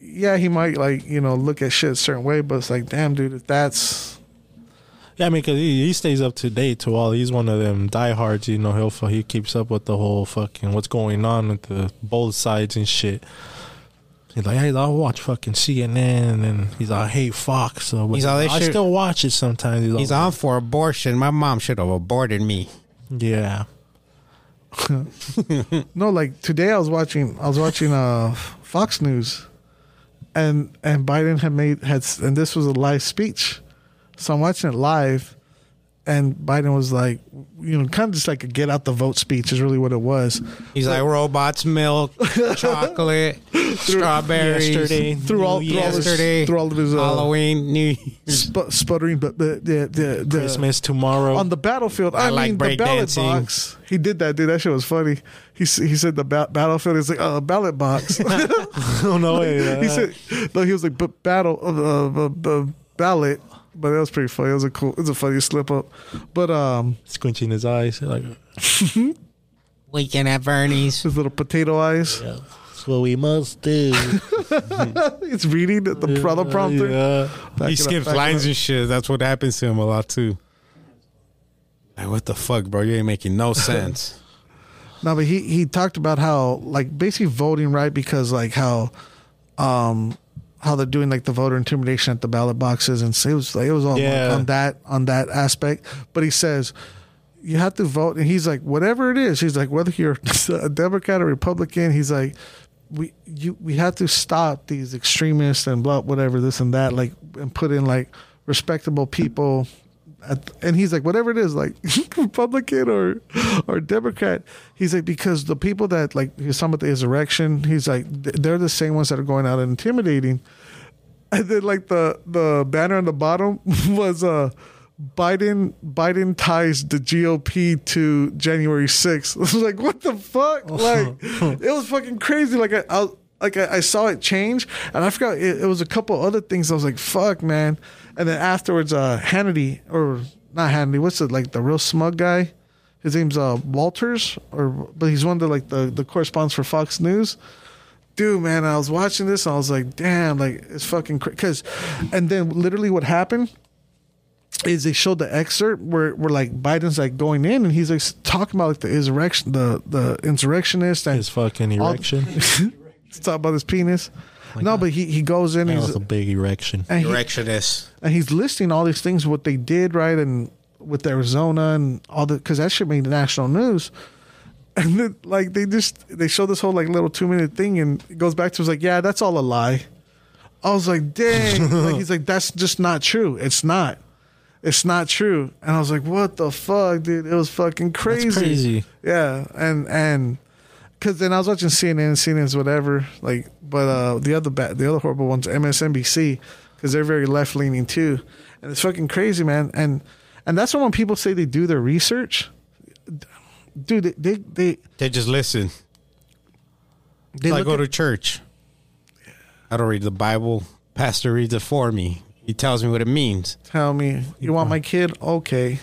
D: yeah he might like you know look at shit a certain way but it's like damn dude if that's
B: Yeah, I mean, because he, he stays up to date to all. He's one of them diehards, you know. He'll fu- he keeps up with the whole fucking what's going on with the both sides and shit. He's like, hey, I'll watch fucking CNN, and he's like, hey, Fox. So
C: He's all, "They
B: I
C: should-
B: still watch it sometimes. He's,
C: He's
B: all,
C: on for abortion. My mom should have aborted me.
B: yeah.
D: no like today i was watching i was watching uh fox news and and biden had made had and this was a live speech so i'm watching it live and biden was like you know kind of just like a get out the vote speech is really what it was
C: He's like robots, milk, chocolate, strawberries.
B: Yesterday,
D: through all,
B: New
D: through all,
B: Year's,
C: Yesterday,
D: his, through all of his uh,
C: Halloween, New Year's.
D: sp- sputtering, but the the, the, the
B: Christmas tomorrow.
D: on the battlefield. I,
C: I like
D: mean, the
C: break
D: ballot
C: dancing.
D: box. He did that, dude. That shit was funny. He s- he said the ba- battlefield is like uh, ballot box.
C: Uh-huh.
B: oh no, way.
D: he said no. He was like but battle uh, uh, uh, uh, ballot. But that was pretty funny. It was a cool. It was a funny slip up. But um,
B: squinching his eyes like,
F: Weekend at Bernie's.
D: his little potato eyes.
B: that's what we must do.
D: It's reading the, the pro- the prompter.
B: Yeah.
D: Back
C: he
D: it up,
C: skips
D: back it
C: lines
D: up.
C: and shit. That's what happens to him a lot too. Like, what the fuck, bro? You ain't making no sense.
D: No, but he he talked about how like basically voting right because like how, um, how they're doing like the voter intimidation at the ballot boxes and so it was like it was all
B: Yeah.
D: on that on that aspect. But he says you have to vote, and he's like whatever it is. He's like whether you're a Democrat or Republican. He's like we you we have to stop these extremists and blah whatever this and that like and put in like respectable people at, and he's like whatever it is like republican or or democrat he's like because the people that like he was talking about the insurrection he's like th- they're the same ones that are going out and intimidating and then like the the banner on the bottom was uh Biden Biden ties the GOP to January 6th. I was like, what the fuck? Like it was fucking crazy. Like I, I like I, I saw it change and I forgot it, it was a couple other things. I was like, fuck man. And then afterwards, uh Hannity or not Hannity, what's it like the real smug guy? His name's uh, Walters, or but he's one of the like the the correspondents for Fox News. Dude, man, I was watching this and I was like, damn, like it's fucking because, and then literally what happened is they showed the excerpt where, where like Biden's like going in and he's like s- talking about like the insurrection, the the insurrectionist and
B: His fucking
D: all-
B: erection.
D: He's talking about his penis. no, but he he goes in.
B: That
D: He's,
B: was a big erection.
D: and he,
C: Directionist.
D: and he's listing all these things what they did right and with Arizona and all the because that shit made national news. And then, like they just they show this whole like little two minute thing and it goes back to it's like yeah that's all a lie. I was like dang like, he's like that's just not true it's not it's not true and I was like what the fuck dude it was fucking crazy
B: That's crazy.
D: yeah and and because then I was watching CNN, CNN's whatever. Like, but uh, the other ba- the other horrible ones, MSNBC, because they're very left leaning too, and it's fucking crazy, man. And and that's why when people say they do their research, dude, they they they,
C: They just listen.
D: they
C: I
D: look
C: go
D: at-
C: to church. I don't read the Bible. Pastor reads it for me. He tells me what it means.
D: tell me you want my kid, okay.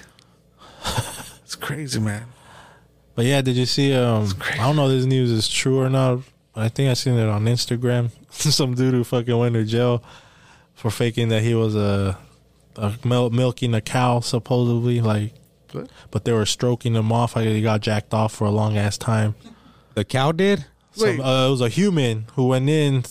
D: it's crazy, man.
B: But yeah, did you see? Um, I don't know if this news is true or not. But I think I seen it on Instagram. Some dude who fucking went to jail for faking that he was a, a mil- milking a cow, supposedly. Like,
D: What?
B: but they were stroking him off. Like he got jacked off for a long ass time.
C: The cow did?
D: Wait.
B: Some, uh, it was a human who went in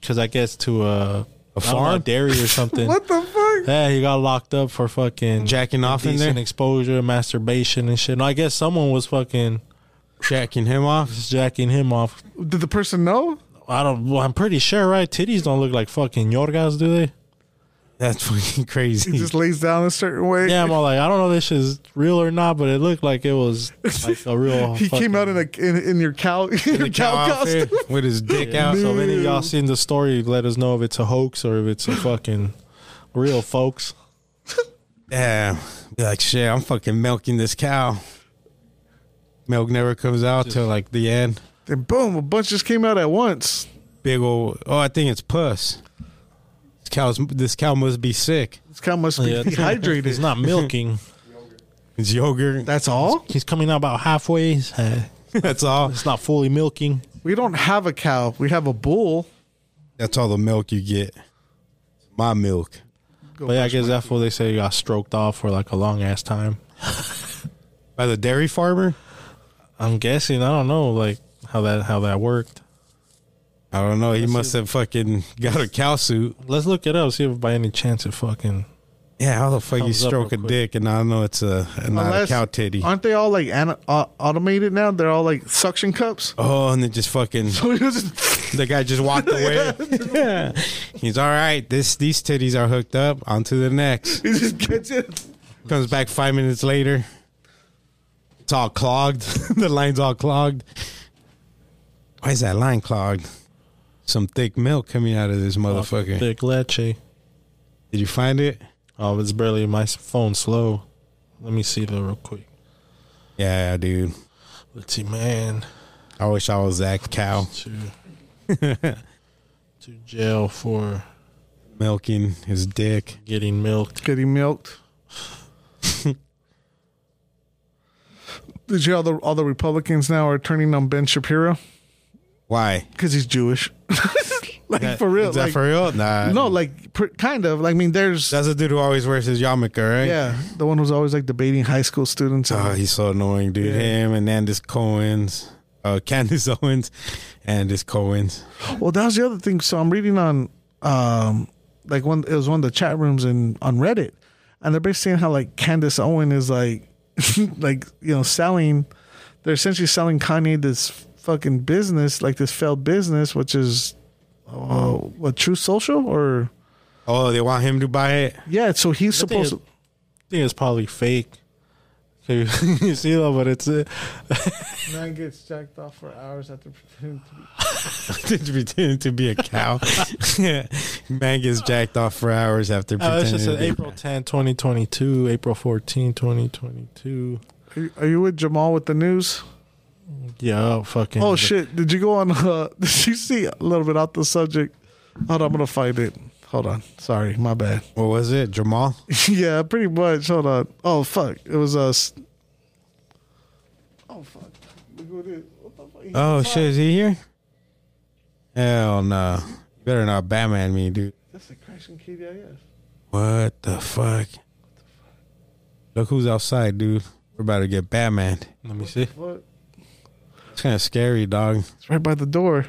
B: because I guess to a, a
C: farm?
B: dairy or something.
D: What the fuck?
B: Yeah, he got locked up for fucking
C: Jacking off in
B: indecent
C: there?
B: exposure, masturbation, and shit. And I guess someone was fucking
C: Jacking him off?
B: jacking him off.
D: Did the person know?
B: I don't. Well, I'm pretty sure, right? Titties don't look like fucking yorgas, do they?
C: That's fucking
D: He
C: crazy.
D: just lays down a certain way.
B: Yeah, I'm all like, I don't know if this is real or not, but it looked like it was like a real.
D: He came
B: fucking-
D: out in a in, in your cow in your
C: The cow
D: cow costume.
C: outfit with his dick
B: Yeah,
C: out.
B: so if any of y'all seen the story, let us know if it's a hoax or if it's a fucking real, folks.
C: Yeah. Be like, shit, I'm fucking milking this cow. Milk never comes out till like the end.
D: And boom, a bunch just came out at once.
C: Big old, oh, I think it's puss. This, cow's, this cow must be sick.
D: This cow must be
B: Yeah, it's-
D: dehydrated.
B: It's not milking.
C: It's yogurt.
D: That's all.
B: He's coming out about halfway. Uh,
C: That's all.
B: It's not fully milking.
D: We don't have a cow. We have a bull.
C: That's all the milk you get. My milk.
B: But yeah, I guess that's what they say. He got stroked off for like a long ass time.
C: By the dairy farmer?
B: I'm guessing. I don't know, like how that how that worked.
C: I don't know. He must have fucking got a cow suit.
B: Let's look it up. See if by any chance it fucking
C: Yeah, how the fuck you
B: Thumbs up
C: stroke a
B: real quick.
C: dick and I know it's a not a
D: Unless-
C: cow titty.
D: Aren't they all like ana- uh, automated now? They're all like suction cups.
C: Oh, and then just fucking
D: So it was just-
C: the guy just walked away. He's all right. This these titties are hooked up. On to the next.
D: he just gets it.
C: Comes back five minutes later. It's all clogged. the line's all clogged. Why is that line clogged? Some thick milk coming out of this motherfucker.
B: thick leche.
C: Did you find it?
B: Oh, it's barely my phone slow. Let me see that real quick.
C: Yeah, dude.
B: Let's see, man.
C: I wish I was that cow
B: To to jail for
C: milking his dick.
B: getting milked.
D: Getting milked. Did you hear all the all the Republicans now are turning on Ben Shapiro
C: Why?
D: because he's Jewish? like for real?
C: Is that
D: like,
C: for real? Nah.
D: No, like pr- kind of. Like I mean, there's
C: That's a dude who always wears his yarmulke, right?
D: yeah, the one who's always like debating high school students.
C: Oh, he's so annoying, dude.
D: Yeah.
C: Him and Candace Cohen's, uh, Candace Owens, and this Cohen's.
D: Well, that was the other thing. So I'm reading on, um, like one it was one of the chat rooms in on Reddit, and they're basically saying how like Candace Owen is like, like you know selling, they're essentially selling Kanye this fucking business, like this failed business, which is, uh, what True Social or
C: Oh, they want him to buy it.
D: yeah. So he's
B: I think
D: supposed to.
B: it- I think it's probably fake. You see though, but it's uh,
D: Man gets jacked off for hours after pretending to be.
C: Did pretend to be a cow. Man gets jacked off for hours after
B: oh, it's
C: pretending.
B: just
C: to
B: an
C: be-
B: April 10, 2022, April 14, 2022.
D: Are you, are you with Jamal with the news?
B: Yeah, oh, fucking.
D: Oh shit! Did you go on? Uh, did you see a little bit off the subject? Hold on, I'm gonna find it. Hold on. Sorry, my bad.
C: What was it? Jamal?
D: yeah, pretty much. Hold on. Oh fuck! It was us. Oh fuck! Look what it. What the fuck?
C: Oh shit, is he here? Hell no. You better not Batman me, dude.
D: That's the crashing KDIS.
C: What the fuck? Look who's outside, dude. We're about to get Batman.
B: Let me see.
D: What?
C: It's kind of scary, dog.
D: It's right by the door.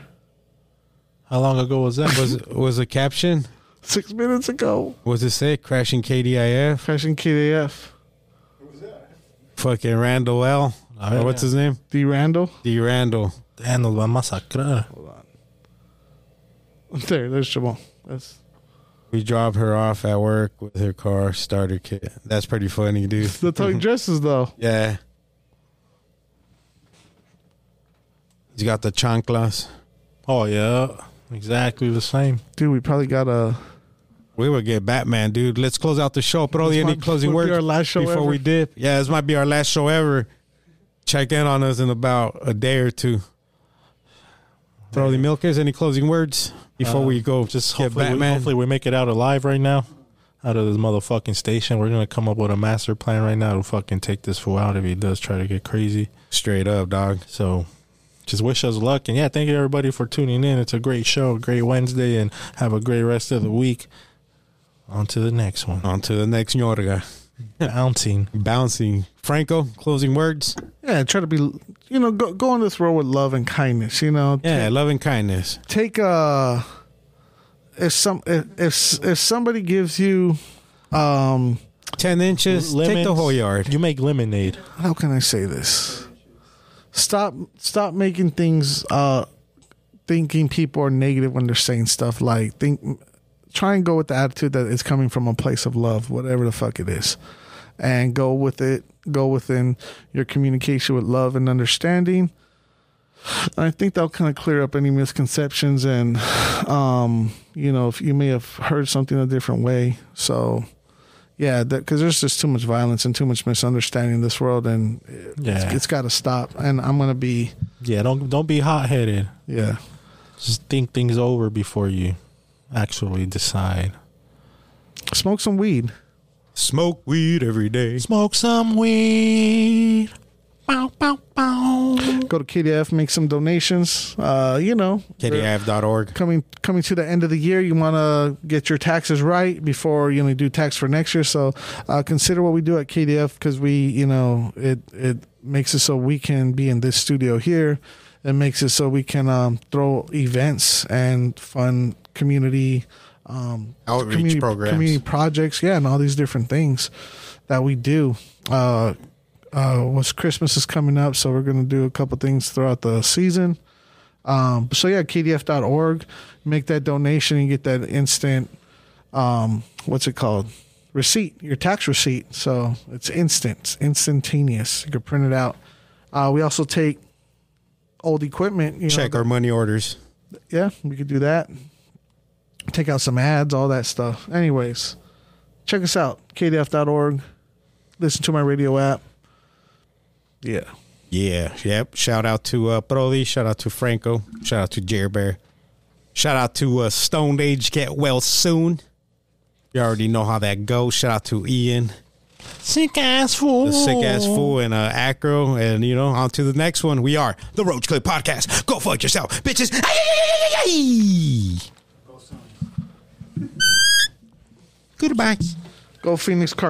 B: How long ago was that?
C: Was was the caption?
D: Six minutes ago.
C: Was it say crashing KDIF?
D: Crashing KDF.
C: Fucking Randall L.
D: Oh,
C: Or what's his name?
D: D Randall.
C: D Randall.
B: Handled by massacre.
D: There, there's Jamal. That's
C: We drop her off at work with her car starter kit. That's pretty funny, dude.
D: that's how he dresses though.
C: Yeah. He's got the chanclas.
B: Oh yeah, exactly the same.
D: Dude, we probably got a.
C: We will get Batman, dude. Let's close out the show. Brody,
D: This
C: any
D: might-
C: closing
D: would
C: words
D: be our last show
C: before we
D: ever.
C: dip? Yeah, this might be our last show ever. Check in on us in about a day or two. Brody Milkers, any closing words before
B: Uh,
C: we go?
B: Just
C: get
B: hopefully, we,
C: Batman.
B: hopefully we make it out alive right now, out of this motherfucking station. We're gonna come up with a master plan right now to fucking take this fool out if he does try to get crazy.
C: Straight up, dog.
B: So. Just wish us luck. And yeah, thank you everybody for tuning in. It's a great show, great Wednesday, and have a great rest of the week. On to the next one.
C: On to the next Yorga.
B: Bouncing.
C: Bouncing. Franco, closing words.
D: Yeah, try to be. You know, go go on this road with love and kindness. You know,
C: Yeah, love and kindness.
D: take a if some if if, if somebody gives you um
C: Ten inches. Take the
B: Lemons.
C: whole yard.
B: You make lemonade.
D: how can I say this? Stop stop making things uh thinking people are negative when they're saying stuff like think try and go with the attitude that it's coming from a place of love, whatever the fuck it is. And go with it, go within your communication with love and understanding. And I think that'll kind of clear up any misconceptions and um, you know, if you may have heard something a different way. So yeah, because there's just too much violence and too much misunderstanding in this world, and it-
B: Yeah.
D: it's got to stop. And I'm gonna be,
B: Yeah, don't don't be hot headed.
D: yeah,
B: Just think things over before you actually decide.
D: smoke some weed.
C: Smoke weed every day.
B: Smoke some weed. Bow, bow, bow.
D: Go to KDF, make some donations. Uh, you know,
C: KDIF.org.
D: coming coming to the end of the year, you want to get your taxes right before you know you do tax for next year. So uh, consider what we do at KDF because we, you know, it it makes it so we can be in this studio here. It makes it so we can um, throw events and fun community um,
C: Outreach
D: community,
C: programs.
D: community projects, yeah, and all these different things that we do. Uh, uh, was Christmas is coming up, so we're gonna do a couple things throughout the season. Um, so yeah, kdf.org, make that donation and get that instant. Um, what's it called? Receipt, your tax receipt. So it's instant, it's instantaneous. You can print it out. Uh, we also take old equipment. You know,
C: Check our money orders.
D: yeah, we could do that. Take out some ads, all that stuff. Anyways, check us out, kdf.org. Listen to my radio app. Yeah.
C: Yeah, yep. Shout out to uh, Broly. Shout out to Franco. Shout out to Jerry Bear. Shout out to uh, Stone Age. Get well soon. You already know how that goes. Shout out to Ian,
B: Sick ass fool.
C: the sick ass fool, and uh, Acro. And, you know, on to the next one. We are the Roach Clip Podcast. Go fuck yourself, bitches. Goodbye.
D: Go Phoenix Car.